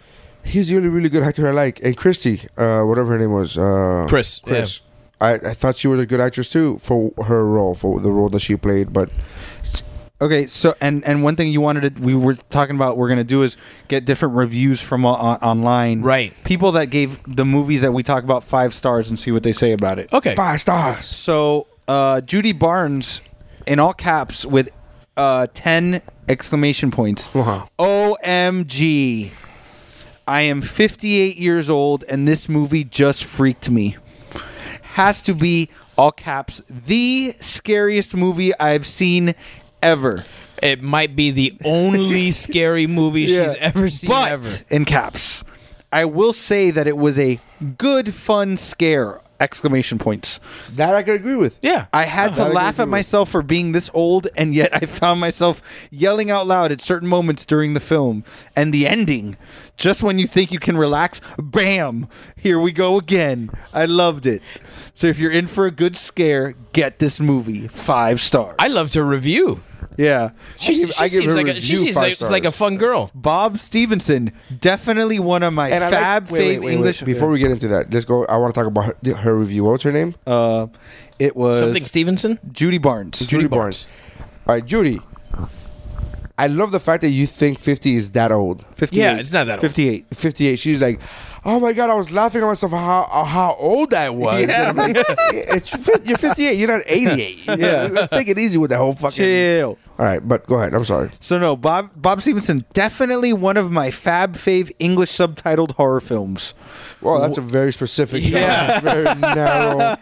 S9: he's the only really good actor I like. And Christy, uh, whatever her name was, uh,
S10: Chris,
S9: Chris. I, I thought she was a good actress too for her role, for the role that she played. But
S8: Okay, so and and one thing you wanted to we were talking about we're gonna do is get different reviews from uh, on- online,
S10: Right.
S8: People that gave the movies that we talk about five stars and see what they say about it.
S10: Okay.
S9: five stars.
S8: So uh, Judy Barnes, in all caps with uh, ten exclamation points.
S9: Wow.
S8: Omg, I am 58 years old and this movie just freaked me. Has to be all caps the scariest movie I've seen ever.
S10: It might be the
S9: [laughs]
S10: only scary movie she's ever seen.
S8: but
S10: ever.
S8: in caps i will say that it was a good fun scare exclamation points
S9: That I could agree with.
S10: Yeah,
S8: i had to
S9: I
S8: laugh
S9: agree
S8: at
S9: with-
S8: myself for being this old and yet i found myself yelling out loud at certain moments during the film and the ending just when you think you can relax bam here we go again i loved it so if you're in for a good scare get this movie five stars
S10: I love to review.
S8: Yeah.
S9: I give, I give
S10: seems
S9: her
S10: like
S9: a
S10: a, she
S9: review
S10: seems
S9: five
S10: like,
S9: stars. Uh,
S10: like a fun girl.
S8: Bob Stevenson, definitely one of my
S9: I like-
S8: fab
S9: wait, wait,
S8: fave
S9: wait, wait.
S8: English.
S9: Before we get into that, let's go. I want to talk about her, her review. What's her name?
S8: uh, it was
S10: Something Stevenson.
S8: Judy Barnes.
S9: Judy Barnes. All right, Judy. I love the fact that you think 50 is that old.
S8: 58.
S10: Yeah, it's not that old.
S8: 58.
S9: 58. She's like, oh my God, I was laughing at myself how uh, how old I was.
S8: Yeah.
S9: And I'm like, [laughs] it's, fif- you're 58. You're not 88.
S8: Yeah.
S9: Take it easy with that whole fucking.
S8: Chill.
S9: All right, but go ahead. I'm sorry.
S8: So no, Bob Bob Stevenson definitely one of my fab fave English subtitled horror films.
S9: Well, that's a very specific. Yeah. very
S10: [laughs]
S9: narrow.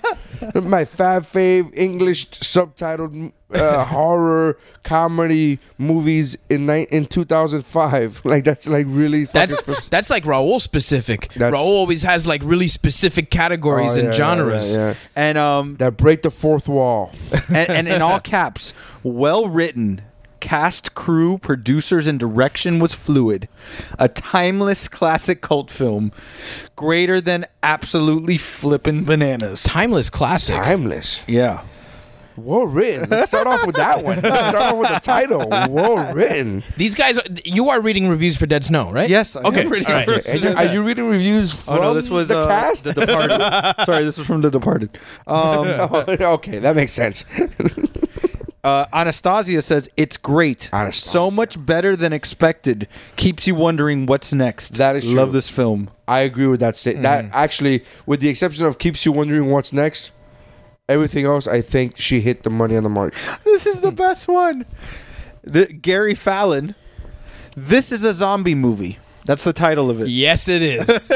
S9: My fab fave English subtitled
S10: [laughs]
S9: uh, horror comedy movies in ni- in 2005. [laughs] Like that's like really. fucking
S10: That's
S9: spec-
S10: that's like Raul specific.
S9: That's-
S10: Raul always has like really specific categories
S9: Oh, yeah,
S10: and
S9: yeah,
S10: genres.
S9: yeah, yeah.
S8: And um
S9: That break the fourth wall.
S8: and, and in
S9: [laughs]
S8: all caps, well written. Cast, crew, producers, and direction was fluid. A timeless classic cult film, greater than absolutely flippin' bananas.
S10: Timeless classic.
S9: Timeless.
S8: Yeah,
S9: Well written. Let's start off with that one. Let's start off with the title. Well written.
S10: These guys, are- you are reading reviews for Dead Snow, right?
S8: Yes, I am
S10: okay.
S8: reading
S10: all right.
S8: reviews.
S9: And you- are you reading reviews from
S8: Oh no, this was
S9: the
S8: uh,
S9: cast? [laughs]
S8: The Departed. [laughs] Sorry, this was from The Departed. Um,
S9: Oh, okay, that makes sense.
S8: uh, Anastasia says it's great.
S9: Anastasia.
S8: So much better than expected. Keeps you wondering what's next.
S9: That is
S8: love
S9: true.
S8: this film.
S9: I agree with that statement.
S8: Mm-hmm.
S9: That actually, with the exception of keeps you wondering what's next, everything else, I think she hit the money on the mark.
S8: [laughs] This is the best one. The, Gary Fallon. This is a zombie movie. That's the title of it.
S10: Yes, it
S8: [laughs]
S10: is.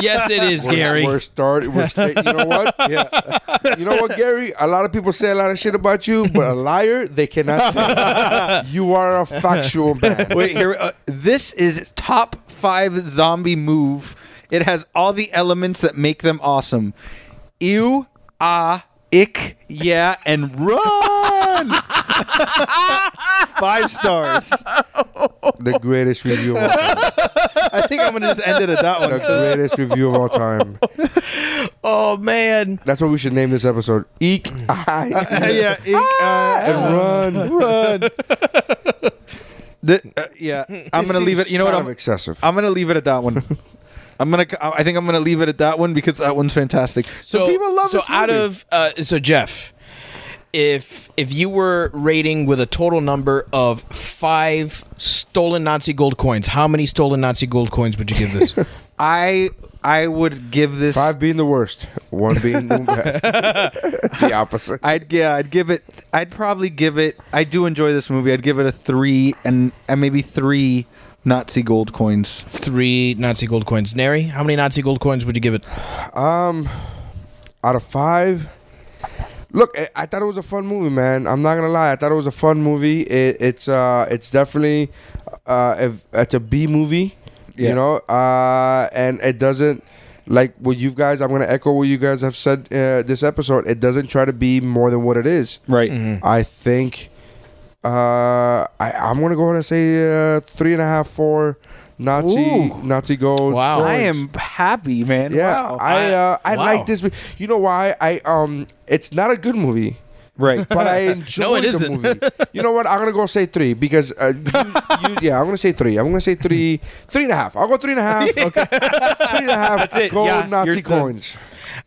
S10: yes, it is, Gary.
S9: We're starting. We're sta- you know
S8: [laughs]
S9: what? yeah. You know what, Gary? A lot of people say a lot of shit about you, but a liar they cannot
S8: [laughs]
S9: say. you are a factual man.
S8: Wait, here. Uh, this is top five zombie move. It has all the elements that make them awesome. Ew, ah, ick, yeah, and run. [laughs] five stars.
S9: The greatest review of all time.
S8: I think I'm gonna just end it at that
S9: The
S8: one.
S9: greatest review of all time.
S10: Oh man.
S9: That's what we should name this episode. Eek, [laughs] I,
S8: [laughs] yeah, ink, uh,
S9: and run.
S8: run. The- uh, [laughs] yeah, I'm gonna leave it. You know what?
S9: Kind of
S8: I'm,
S9: excessive.
S8: I'm gonna leave it at that [laughs] one. I'm gonna. I think I'm gonna leave it at that one because that one's fantastic.
S10: So
S8: So people love
S10: so
S8: this
S10: out
S8: movie.
S10: of uh, so Jeff, if if you were rating with a total number of five stolen Nazi gold coins, how many stolen Nazi gold coins would you
S8: [laughs]
S10: give this?
S8: I I would give this.
S9: Five being the worst, one being the best. the opposite.
S8: I'd yeah, I'd give it. I'd probably give it. I do enjoy this movie. I'd give it a three and and maybe three Nazi gold coins.
S10: Three Nazi gold coins. Neri, how many Nazi gold coins would you give it?
S9: Out of five. Look, I, I thought it was a fun movie, man. I'm not gonna lie. I thought it was a fun movie. It, it's uh, it's definitely uh, if, it's a B movie,
S8: Yeah.
S9: you know. Uh, and it doesn't like what you guys. I'm gonna echo what you guys have said uh, this episode. It doesn't try to be more than what it is.
S8: Right.
S9: I think uh, I, I'm gonna go ahead and say uh, three and a half, four Nazi
S8: Ooh.
S9: Nazi gold.
S10: Wow.
S9: coins.
S8: I am happy, man.
S9: Yeah,
S8: Wow.
S9: I uh, I
S10: Wow.
S9: like this. mo- You know why? I um, it's not a good movie,
S8: right.
S9: but I
S10: [laughs]
S9: enjoyed
S10: No, it
S9: the
S10: isn't.
S9: movie. You know what? I'm gonna go say three because uh, you, you,
S10: [laughs]
S9: yeah, I'm gonna say three. I'm gonna say three, three and a half. I'll go three and a half. Okay, three and a half gold
S8: Yeah, you're
S9: Nazi
S8: done.
S9: coins.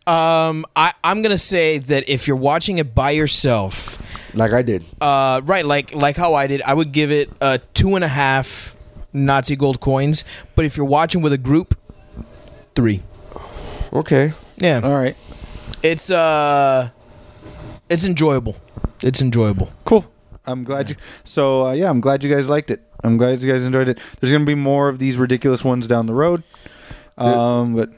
S10: Um, I, I'm gonna say that if you're watching it by yourself,
S9: Like I did.
S10: uh, right, like like how I did, I would give it uh, two and a half Nazi gold coins. But if you're watching with a group, three.
S9: Okay.
S10: Yeah,
S8: [laughs] All right.
S10: it's uh, it's enjoyable. It's enjoyable.
S8: Cool. I'm glad you. So uh, yeah, I'm glad you guys liked it. I'm glad you guys enjoyed it. There's gonna be more of these ridiculous ones down the road. Um, but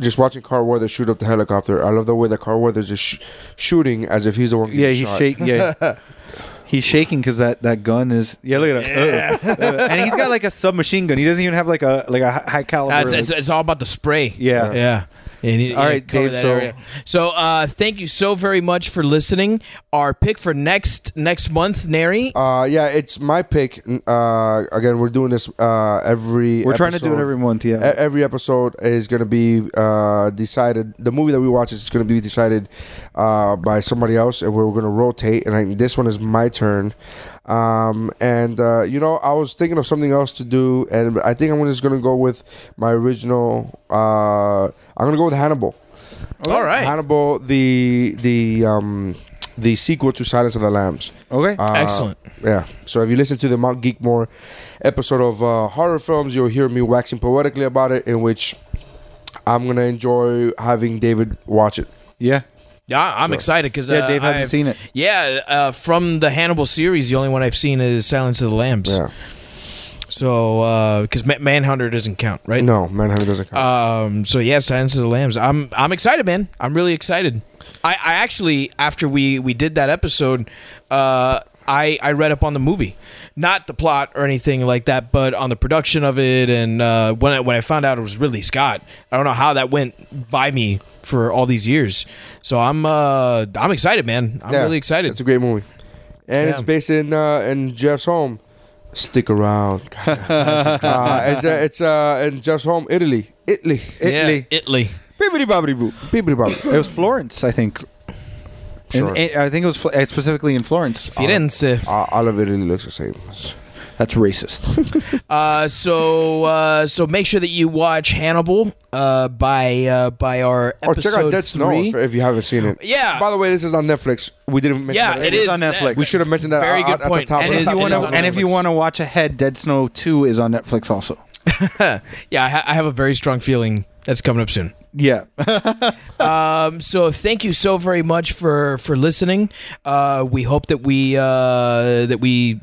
S9: Just watching Carl Weathers shoot up the helicopter. I love the way that Carl Weathers is sh- shooting as if he's the one.
S8: yeah,
S9: getting
S8: he's
S9: shot.
S8: shaking. Yeah, he's shaking because that that gun is. Yeah, look at it. Uh, and he's got like a submachine gun. He doesn't even have like a like a hi- high caliber.
S10: Uh, it's, it's,
S8: like-
S10: it's all about the spray.
S8: Yeah.
S10: yeah. And you-
S8: All
S10: you
S8: right,
S10: cover
S8: Dave,
S10: that
S8: so-
S10: area. So, uh, thank you so very much for listening. Our pick for next next month, Neri.
S9: Uh, yeah, it's my pick. N- Uh, again, we're doing this uh, every.
S8: We're trying to do it every month, yeah.
S9: E- every episode is going to be uh, decided. The movie that we watch is going to be decided uh, by somebody else, and we're going to rotate. And I, this one is my return. Um, and uh, you know, I was thinking of something else to do, and I think I'm just gonna go with my original. Uh, I'm gonna go with Hannibal.
S10: All right.
S9: Hannibal, the the um, the sequel to Silence of the Lambs.
S8: Okay.
S9: Uh,
S10: Excellent.
S9: Yeah. So if you listen to the Mount Geekmore episode of uh, horror films, you'll hear me waxing poetically about it, in which I'm gonna enjoy having David watch it.
S8: yeah.
S10: Yeah, I'm excited because
S8: Yeah, Dave hasn't seen it.
S10: Yeah, uh, from the Hannibal series, the only one I've seen is Silence of the Lambs.
S9: Yeah.
S10: So because Ma- Manhunter doesn't count, right?
S9: No, Manhunter doesn't count.
S10: Um. So yeah, Silence of the Lambs. I'm I'm excited, man. I'm really excited. I, I actually after we we did that episode, uh, I I read up on the movie, not the plot or anything like that, but on the production of it, and uh, when I, when I found out it was Ridley Scott, I don't know how that went by me for all these years. So I'm uh I'm excited, man. I'm
S9: Yeah,
S10: really excited.
S9: It's a great movie, and it's
S10: Yeah.
S9: based in uh, in Jeff's home. Stick around. [laughs] God damn. uh, it's uh, it's uh, in Jeff's home, Italy, Italy.
S10: Yeah,
S8: Italy.
S10: Italy.
S8: Bibbidi bobbidi boo.
S9: Bibbidi bobbidi.
S8: It was Florence, I think. In-
S9: Sure.
S8: in- I think it was fl- uh, specifically in Florence.
S10: Firenze.
S9: Uh, all of Italy looks the same.
S8: That's racist.
S10: Uh, so uh, so make sure that you watch Hannibal uh, by uh, by our
S9: Or
S10: episode
S9: check out Dead Snow
S10: three.
S9: if, if you haven't seen it.
S10: Yeah.
S9: By the way, this is on Netflix. We didn't mention
S10: yeah,
S9: that.
S10: it
S8: was
S10: is
S8: on Netflix.
S9: We should have mentioned that.
S10: Very
S9: out-
S10: good
S9: at the
S10: point.
S9: top
S10: And
S9: of
S10: it
S9: the
S10: is-
S8: if you
S10: it
S8: want
S10: is
S8: to,
S10: on
S8: and if you
S10: Netflix.
S8: want to watch ahead, Dead Snow Two is on Netflix also.
S10: [laughs] Yeah, I, ha- I have a very strong feeling that's coming up soon.
S8: Yeah.
S10: So thank you so very much for for listening. Uh, we hope that we uh, that we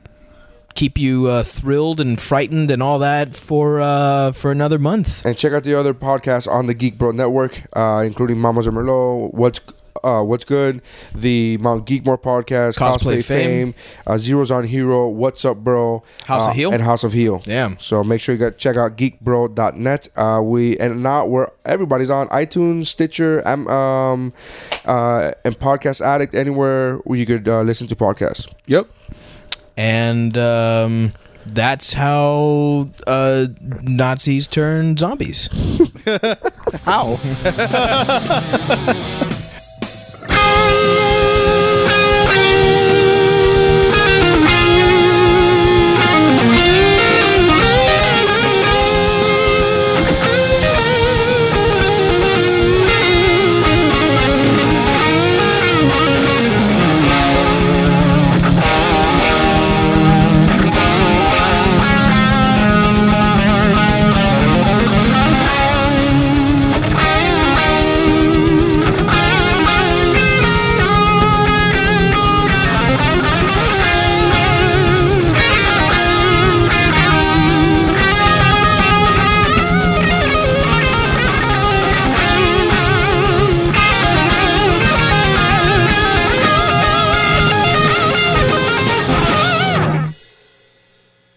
S10: keep you uh, thrilled and frightened and all that for uh, for another month.
S9: and check out the other podcasts on the Geek Bro Network, uh, including Mamas and Merlot, What's uh, What's Good, the Mount Geekmore podcast,
S10: Cosplay Fame.
S9: uh, Zeros on Hero, What's Up Bro,
S10: House of
S9: uh,
S10: Heel?
S9: and House of Heel.
S10: Damn.
S9: So make sure you got check out geekbro.net. Uh, we and now we're everybody's on iTunes, Stitcher, um, um uh, and Podcast Addict anywhere where you could uh, listen to podcasts.
S8: yep.
S10: And um, that's how uh,
S8: [laughs]
S10: Nazis turn zombies.
S8: How?